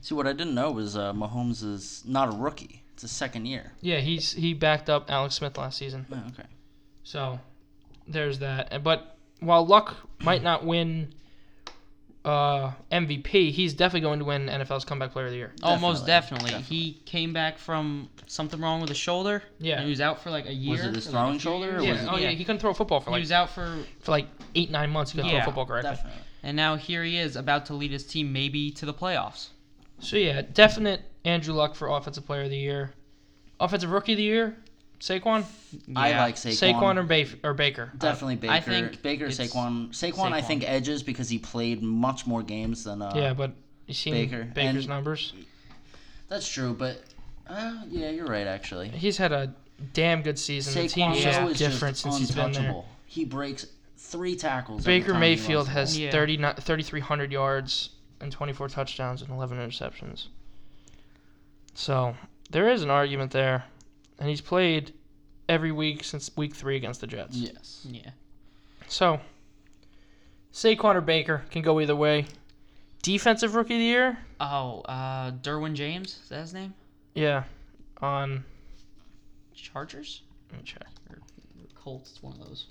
See, what I didn't know was uh, Mahomes is not a rookie. It's his second year. Yeah, he's he backed up Alex Smith last season. Oh, okay. So there's that. And- But while Luck might not win uh, MVP, he's definitely going to win NFL's Comeback Player of the Year. Oh, most Definitely, definitely. He came back from something wrong with his shoulder. Yeah. And he was out for like a year. Was it his or, like, a throwing few shoulder? Or years. was Yeah. it, Oh yeah. He couldn't throw a football for He like was out for, for like eight nine months. He couldn't throw Yeah, a football correctly. definitely. and now here he is about to lead his team maybe to the playoffs. So yeah, definite Andrew Luck for Offensive Player of the Year, Offensive Rookie of the Year, Saquon, I Yeah. like Saquon. Saquon, or, Baf- or Baker. Definitely Baker. I think Baker it's Saquon. Saquon. I Saquon. think edges because he played much more games than. Uh, yeah, but you seen Baker. Baker's And- numbers. That's true, but uh, yeah, you're right actually. He's had a damn good season. the Saquon team's Hill just is different just since he's been there. untouchable. He breaks three tackles. every Baker time he Mayfield runs the has ball. Yeah. 30 not- 3,300 yards and 24 touchdowns and 11 interceptions. So there is an argument there. And he's played every week since week three against the Jets. ball. Yes. Yeah. So Saquon or Baker can go either way. Defensive rookie of the year? Oh, uh, Derwin James is that his name? Yeah. On. Chargers Let me check. or Colts? It's one of those.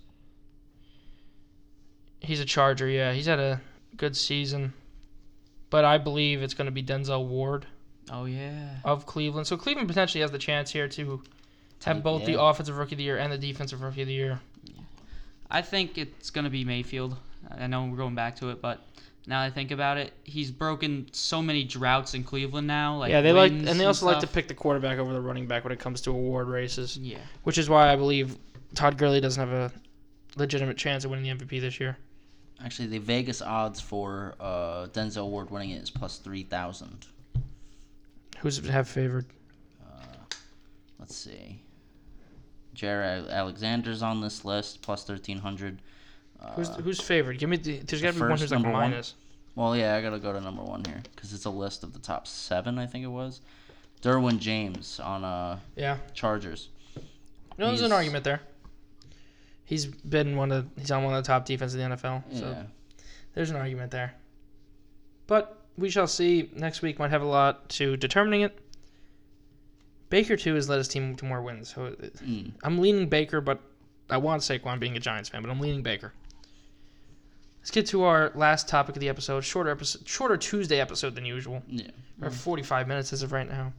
He's a Charger, yeah. He's had a good season. But I believe it's going to be Denzel Ward. Oh yeah. of Cleveland. So Cleveland potentially has the chance here to have Take- both the yeah. offensive rookie of the year and the defensive rookie of the year. I think it's gonna be Mayfield. I know we're going back to it, but now that I think about it, he's broken so many droughts in Cleveland now. Like yeah, they like wins and they also like to stuff. pick the quarterback over the running back when it comes to award races, Yeah, which is why I believe Todd Gurley doesn't have a legitimate chance of winning the MVP this year. Actually, the Vegas odds for uh, Denzel Ward winning it is plus three thousand. Who's have favored? Let's see. Jared Alexander's on this list plus thirteen hundred. Uh, who's who's favored? Give me the, there's got to be one first who's like number one? minus. Well, yeah, I gotta go to number one here because it's a list of the top seven. I think it was. Derwin James on uh Yeah. Chargers. No, there's an He's- argument there. He's been one of he's on one of the top defense in the NFL. Yeah. So there's an argument there. But we shall see. Next week might have a lot to determining it. Baker too has led his team to more wins, so it- Mm. I'm leaning Baker, but I want Saquon being a Giants fan, but I'm leaning Baker. Let's get to our last topic of the episode. Shorter episode, shorter Tuesday episode than usual. Yeah. Or 45 minutes as of right now.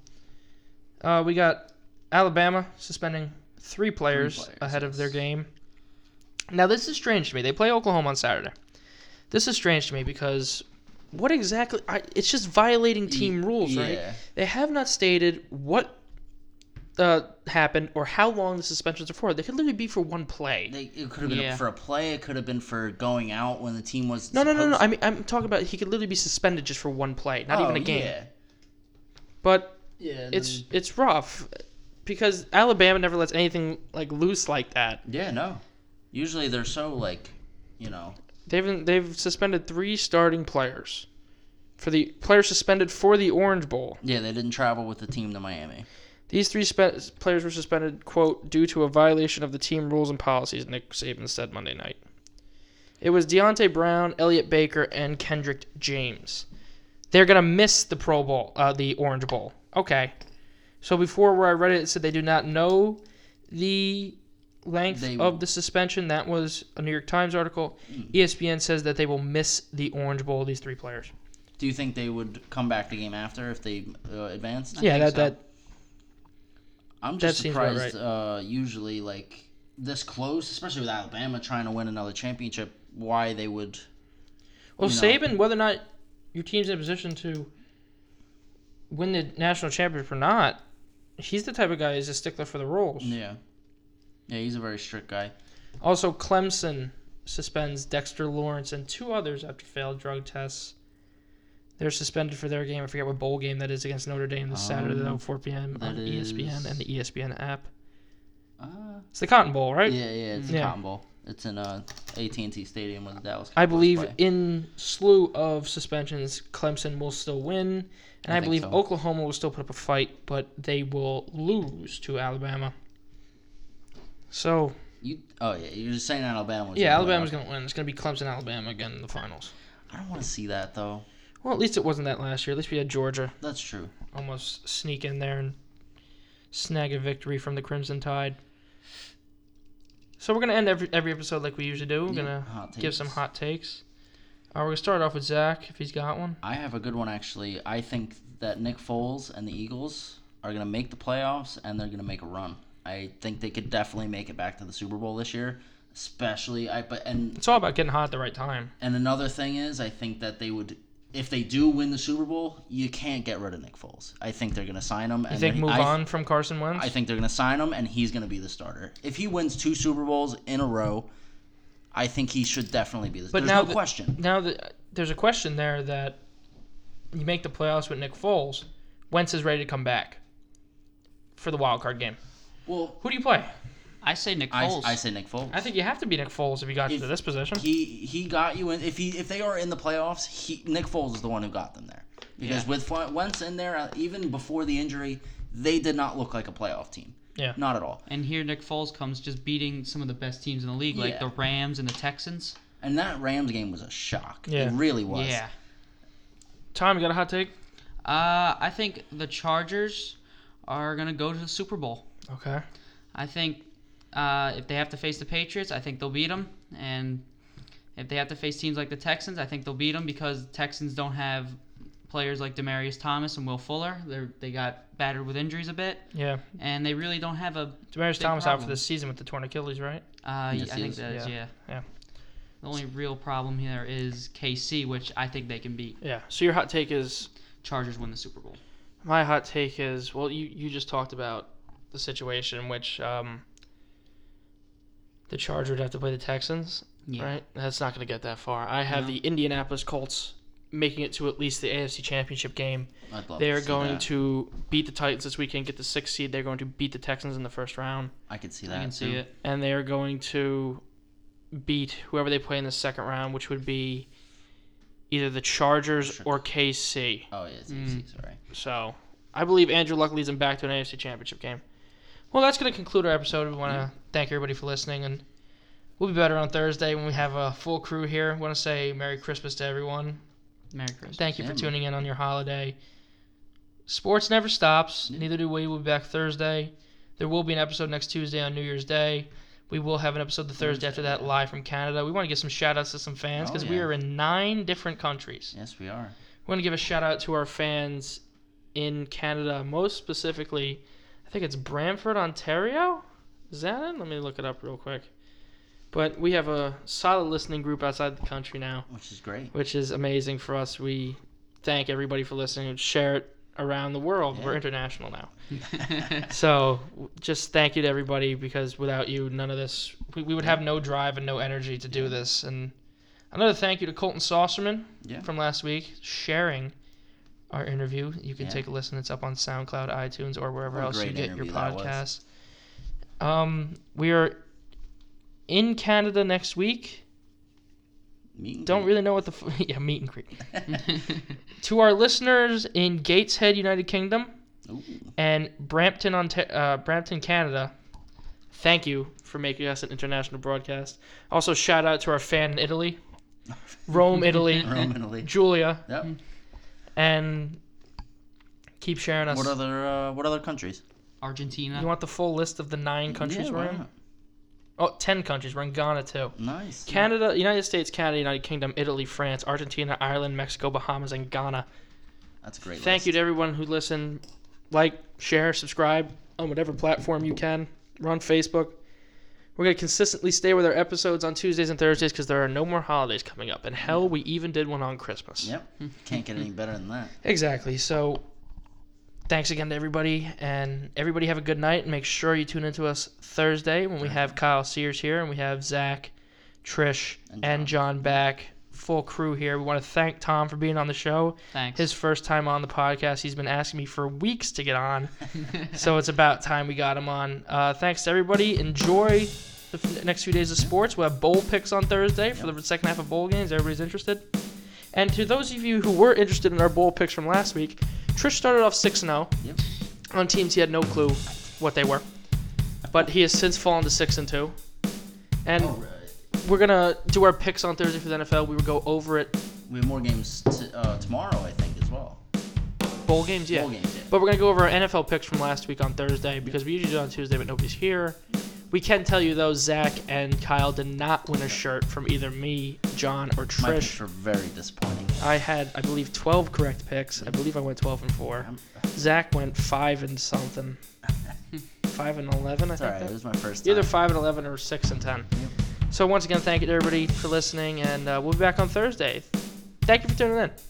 Uh, we got Alabama suspending three players, players, ahead of their yes. game. Now, this is strange to me. They play Oklahoma on Saturday. This is strange to me because what exactly? I, it's just violating team Ye- rules, right? yeah. They have not stated what uh, happened or how long the suspensions are for. They could literally be for one play. They, it could have been Yeah. for a play. It could have been for going out when the team was. No, no, no, no. supposed- I mean, I'm talking about he could literally be suspended just for one play, not even a Oh, game. Yeah. But yeah and it's then- it's rough because Alabama never lets anything like loose like that. yeah. No. Usually they're so like, you know. They've they've suspended three starting players for the players suspended for the Orange Bowl. Yeah, they didn't travel with the team to Miami. These three spe- players were suspended quote due to a violation of the team rules and policies. Nick Saban said Monday night. It was Deontay Brown, Elliott Baker, and Kendrick James. They're gonna miss the Pro Bowl, uh, the Orange Bowl. Okay. So before where I read it, it said they do not know the length They- Hmm. of the suspension. That was a New York Times article. E ESPN says that they will miss the Orange Bowl. These three players. Do you think they would come back the game after if they uh, advanced? I yeah, think that so. that I'm just that seems about surprised. Uh, usually, like this close, especially with Alabama trying to win another championship, why they would? Well, you know. Saban, whether or not your team's in a position to win the national championship or not, he's the type of guy who's a stickler for the rules. Yeah. Yeah, he's a very strict guy. Also, Clemson suspends Dexter Lawrence and two others after failed drug tests. They're suspended for their game. I forget what bowl game that is against Notre Dame this Saturday, though, Um, 4 p.m. on E that ESPN and the ESPN app. Uh, It's the Cotton Bowl, right? yeah, yeah, it's Yeah. a Cotton Bowl. It's in uh, AT&T Stadium with the Dallas. I Cowboys believe play. in slew of suspensions, Clemson will still win, and I I, think believe so. Oklahoma will still put up a fight, but they will lose to Alabama. So You, oh yeah, you're just saying Alabama. yeah, Alabama's gonna win. It's gonna be Clemson, Alabama again in the finals. I don't want to see that though. Well, at least it wasn't that last year. At least we had Georgia That's true. almost sneak in there and snag a victory from the Crimson Tide. So we're gonna end every every episode like we usually do. We're Yeah, gonna hot give some takes. hot takes. Uh, we're gonna start off with Zach if he's got one. I have a good one actually. I think that Nick Foles and the Eagles are gonna make the playoffs and they're gonna make a run. I think they could definitely make it back to the Super Bowl this year. Especially I but and It's all about getting hot at the right time. and another thing is I think that they would if they do win the Super Bowl, you can't get rid of Nick Foles. I think they're gonna sign him. You think move I, on from Carson Wentz? I think they're gonna sign him and he's gonna be the starter. If he wins two Super Bowls in a row, I think he should definitely be the. But There's now no that- question. now that there's a question there that you make the playoffs with Nick Foles, Wentz is ready to come back for the wild card game. Well, Who do you play? I say Nick I, Foles. I say Nick Foles. I think you have to be Nick Foles if you got If to this position. he he got you in. If he if they are in the playoffs, he Nick Foles is the one who got them there. Because Yeah. with Fl- Wentz in there, uh, even before the injury, they did not look like a playoff team. yeah. Not at all. and here Nick Foles comes just beating some of the best teams in the league, like Yeah. the Rams and the Texans. And that Rams game was a shock. Yeah. It really was. Yeah. Tom, you got a hot take? Uh, I think the Chargers are gonna go to the Super Bowl. Okay. I think uh, if they have to face the Patriots, I think they'll beat them. And if they have to face teams like the Texans, I think they'll beat them because the Texans don't have players like Demarius Thomas and Will Fuller. They they got battered with injuries a bit, Yeah. and they really don't have a. Demarius Big Thomas out for problem. this season with the torn Achilles, right? Uh, Yes, I he think is. that is, Yeah. yeah. Yeah. The only real problem here is KC, which I think they can beat. Yeah. So your hot take is Chargers win the Super Bowl. my hot take is well you, you just talked about the situation in which um, the Chargers would have to play the Texans. Yeah. Right? That's not going to get that far. I have the Indianapolis Colts making it to at least the AFC Championship game. I'd love They to are see going that. to beat the Titans this weekend, get the sixth seed. They're going to beat the Texans in the first round. I could see I that. can see too. it. And they are going to beat whoever they play in the second round, which would be either the Chargers Sure. or KC. Oh yeah, it's Mm. AFC. Sorry. So I believe Andrew Luck leads them back to an AFC Championship game. Well, that's going to conclude our episode. We want to Mm-hmm. thank everybody for listening, and we'll be better on Thursday when we have a full crew here. want to say Merry Christmas to everyone. Merry Christmas. Thank you for Yeah, man. tuning in on your holiday. Sports never stops. Yeah. Neither do we. We'll be back Thursday. There will be an episode next Tuesday on New Year's Day. We will have an episode the Thursday Thursday, after that yeah. live from Canada. We want to give some shout outs to some fans Oh, because we yeah. are in nine different countries. Yes, we are. We want to give a shout out to our fans in Canada, most specifically, I think it's Brantford, Ontario. Is that it? Let me look it up real quick. But we have a solid listening group outside the country now Which is great. which is amazing for us. We thank everybody for listening and share it around the world. We're Yeah. international now. Thank So w- just thank you to everybody because without you, none of this, we, we would have no drive and no energy to do Yeah. this. And another thank you to Colton Saucerman Yeah. from last week sharing our interview. You can Yeah. take a listen. It's up on SoundCloud, iTunes, or wherever What a else you great get your interview that was. podcasts. Um, we are in Canada next week. Meet and Don't greet. really know what the f- yeah meet and greet. to our listeners in Gateshead, United Kingdom, Ooh, and Brampton, Onta- uh, Brampton, Canada. Thank you for making us an international broadcast. Also, shout out to our fan in Italy, Rome, Italy, Romanally. Julia, Yep. and keep sharing us. What other uh, What other countries? you Argentina. want the full list of the nine countries Yeah, we're why in? not? Oh, ten countries. We're in Ghana too. Nice. Canada, United States, Canada, United Kingdom, Italy, France, Argentina, Ireland, Mexico, Bahamas, and Ghana. That's a great. Thank you to everyone who listened. Like, share, subscribe on whatever platform you can. We're on Facebook. We're going to consistently stay with our episodes on Tuesdays and Thursdays because there are no more holidays coming up. And hell, we even did one on Christmas. Yep. Can't get any better than that. Exactly. So, thanks again to everybody. And everybody have a good night. And make sure you tune into us Thursday when we have Kyle Sears here and we have Zach, Trish, And and John back. Full crew here. We want to thank Tom for being on the show Thanks. his first time on the podcast. He's been asking me for weeks to get on, so it's about time we got him on. Uh, thanks to everybody. Enjoy the f- next few days of sports. We'll have bowl picks on Thursday for the second half of bowl games. Everybody's interested. And to those of you who were interested in our bowl picks from last week, Trish started off 6 0 Yep. on teams he had no clue what they were, but he has since fallen to 6 and 2. And All right. we're going to do our picks on Thursday for the NFL. We will go over it. We have more games t- uh, tomorrow, I think, as well. Bowl games, yeah. Bowl games. Yeah. But we're gonna go over our NFL picks from last week on Thursday because we usually do it on Tuesday, but nobody's here. We can tell you though, Zach and Kyle did not win a shirt from either me, John, or My Trish. picks are very disappointing. I had, I believe, 12 correct picks. I believe I went 12 and four. I'm, uh, Zach went five and something. Five and 11, I think. it's alright. that- It was my first. Time. Either five and 11 or six and 10. Yep. So once again, thank you to everybody for listening, and uh, we'll be back on Thursday. Thank you for tuning in.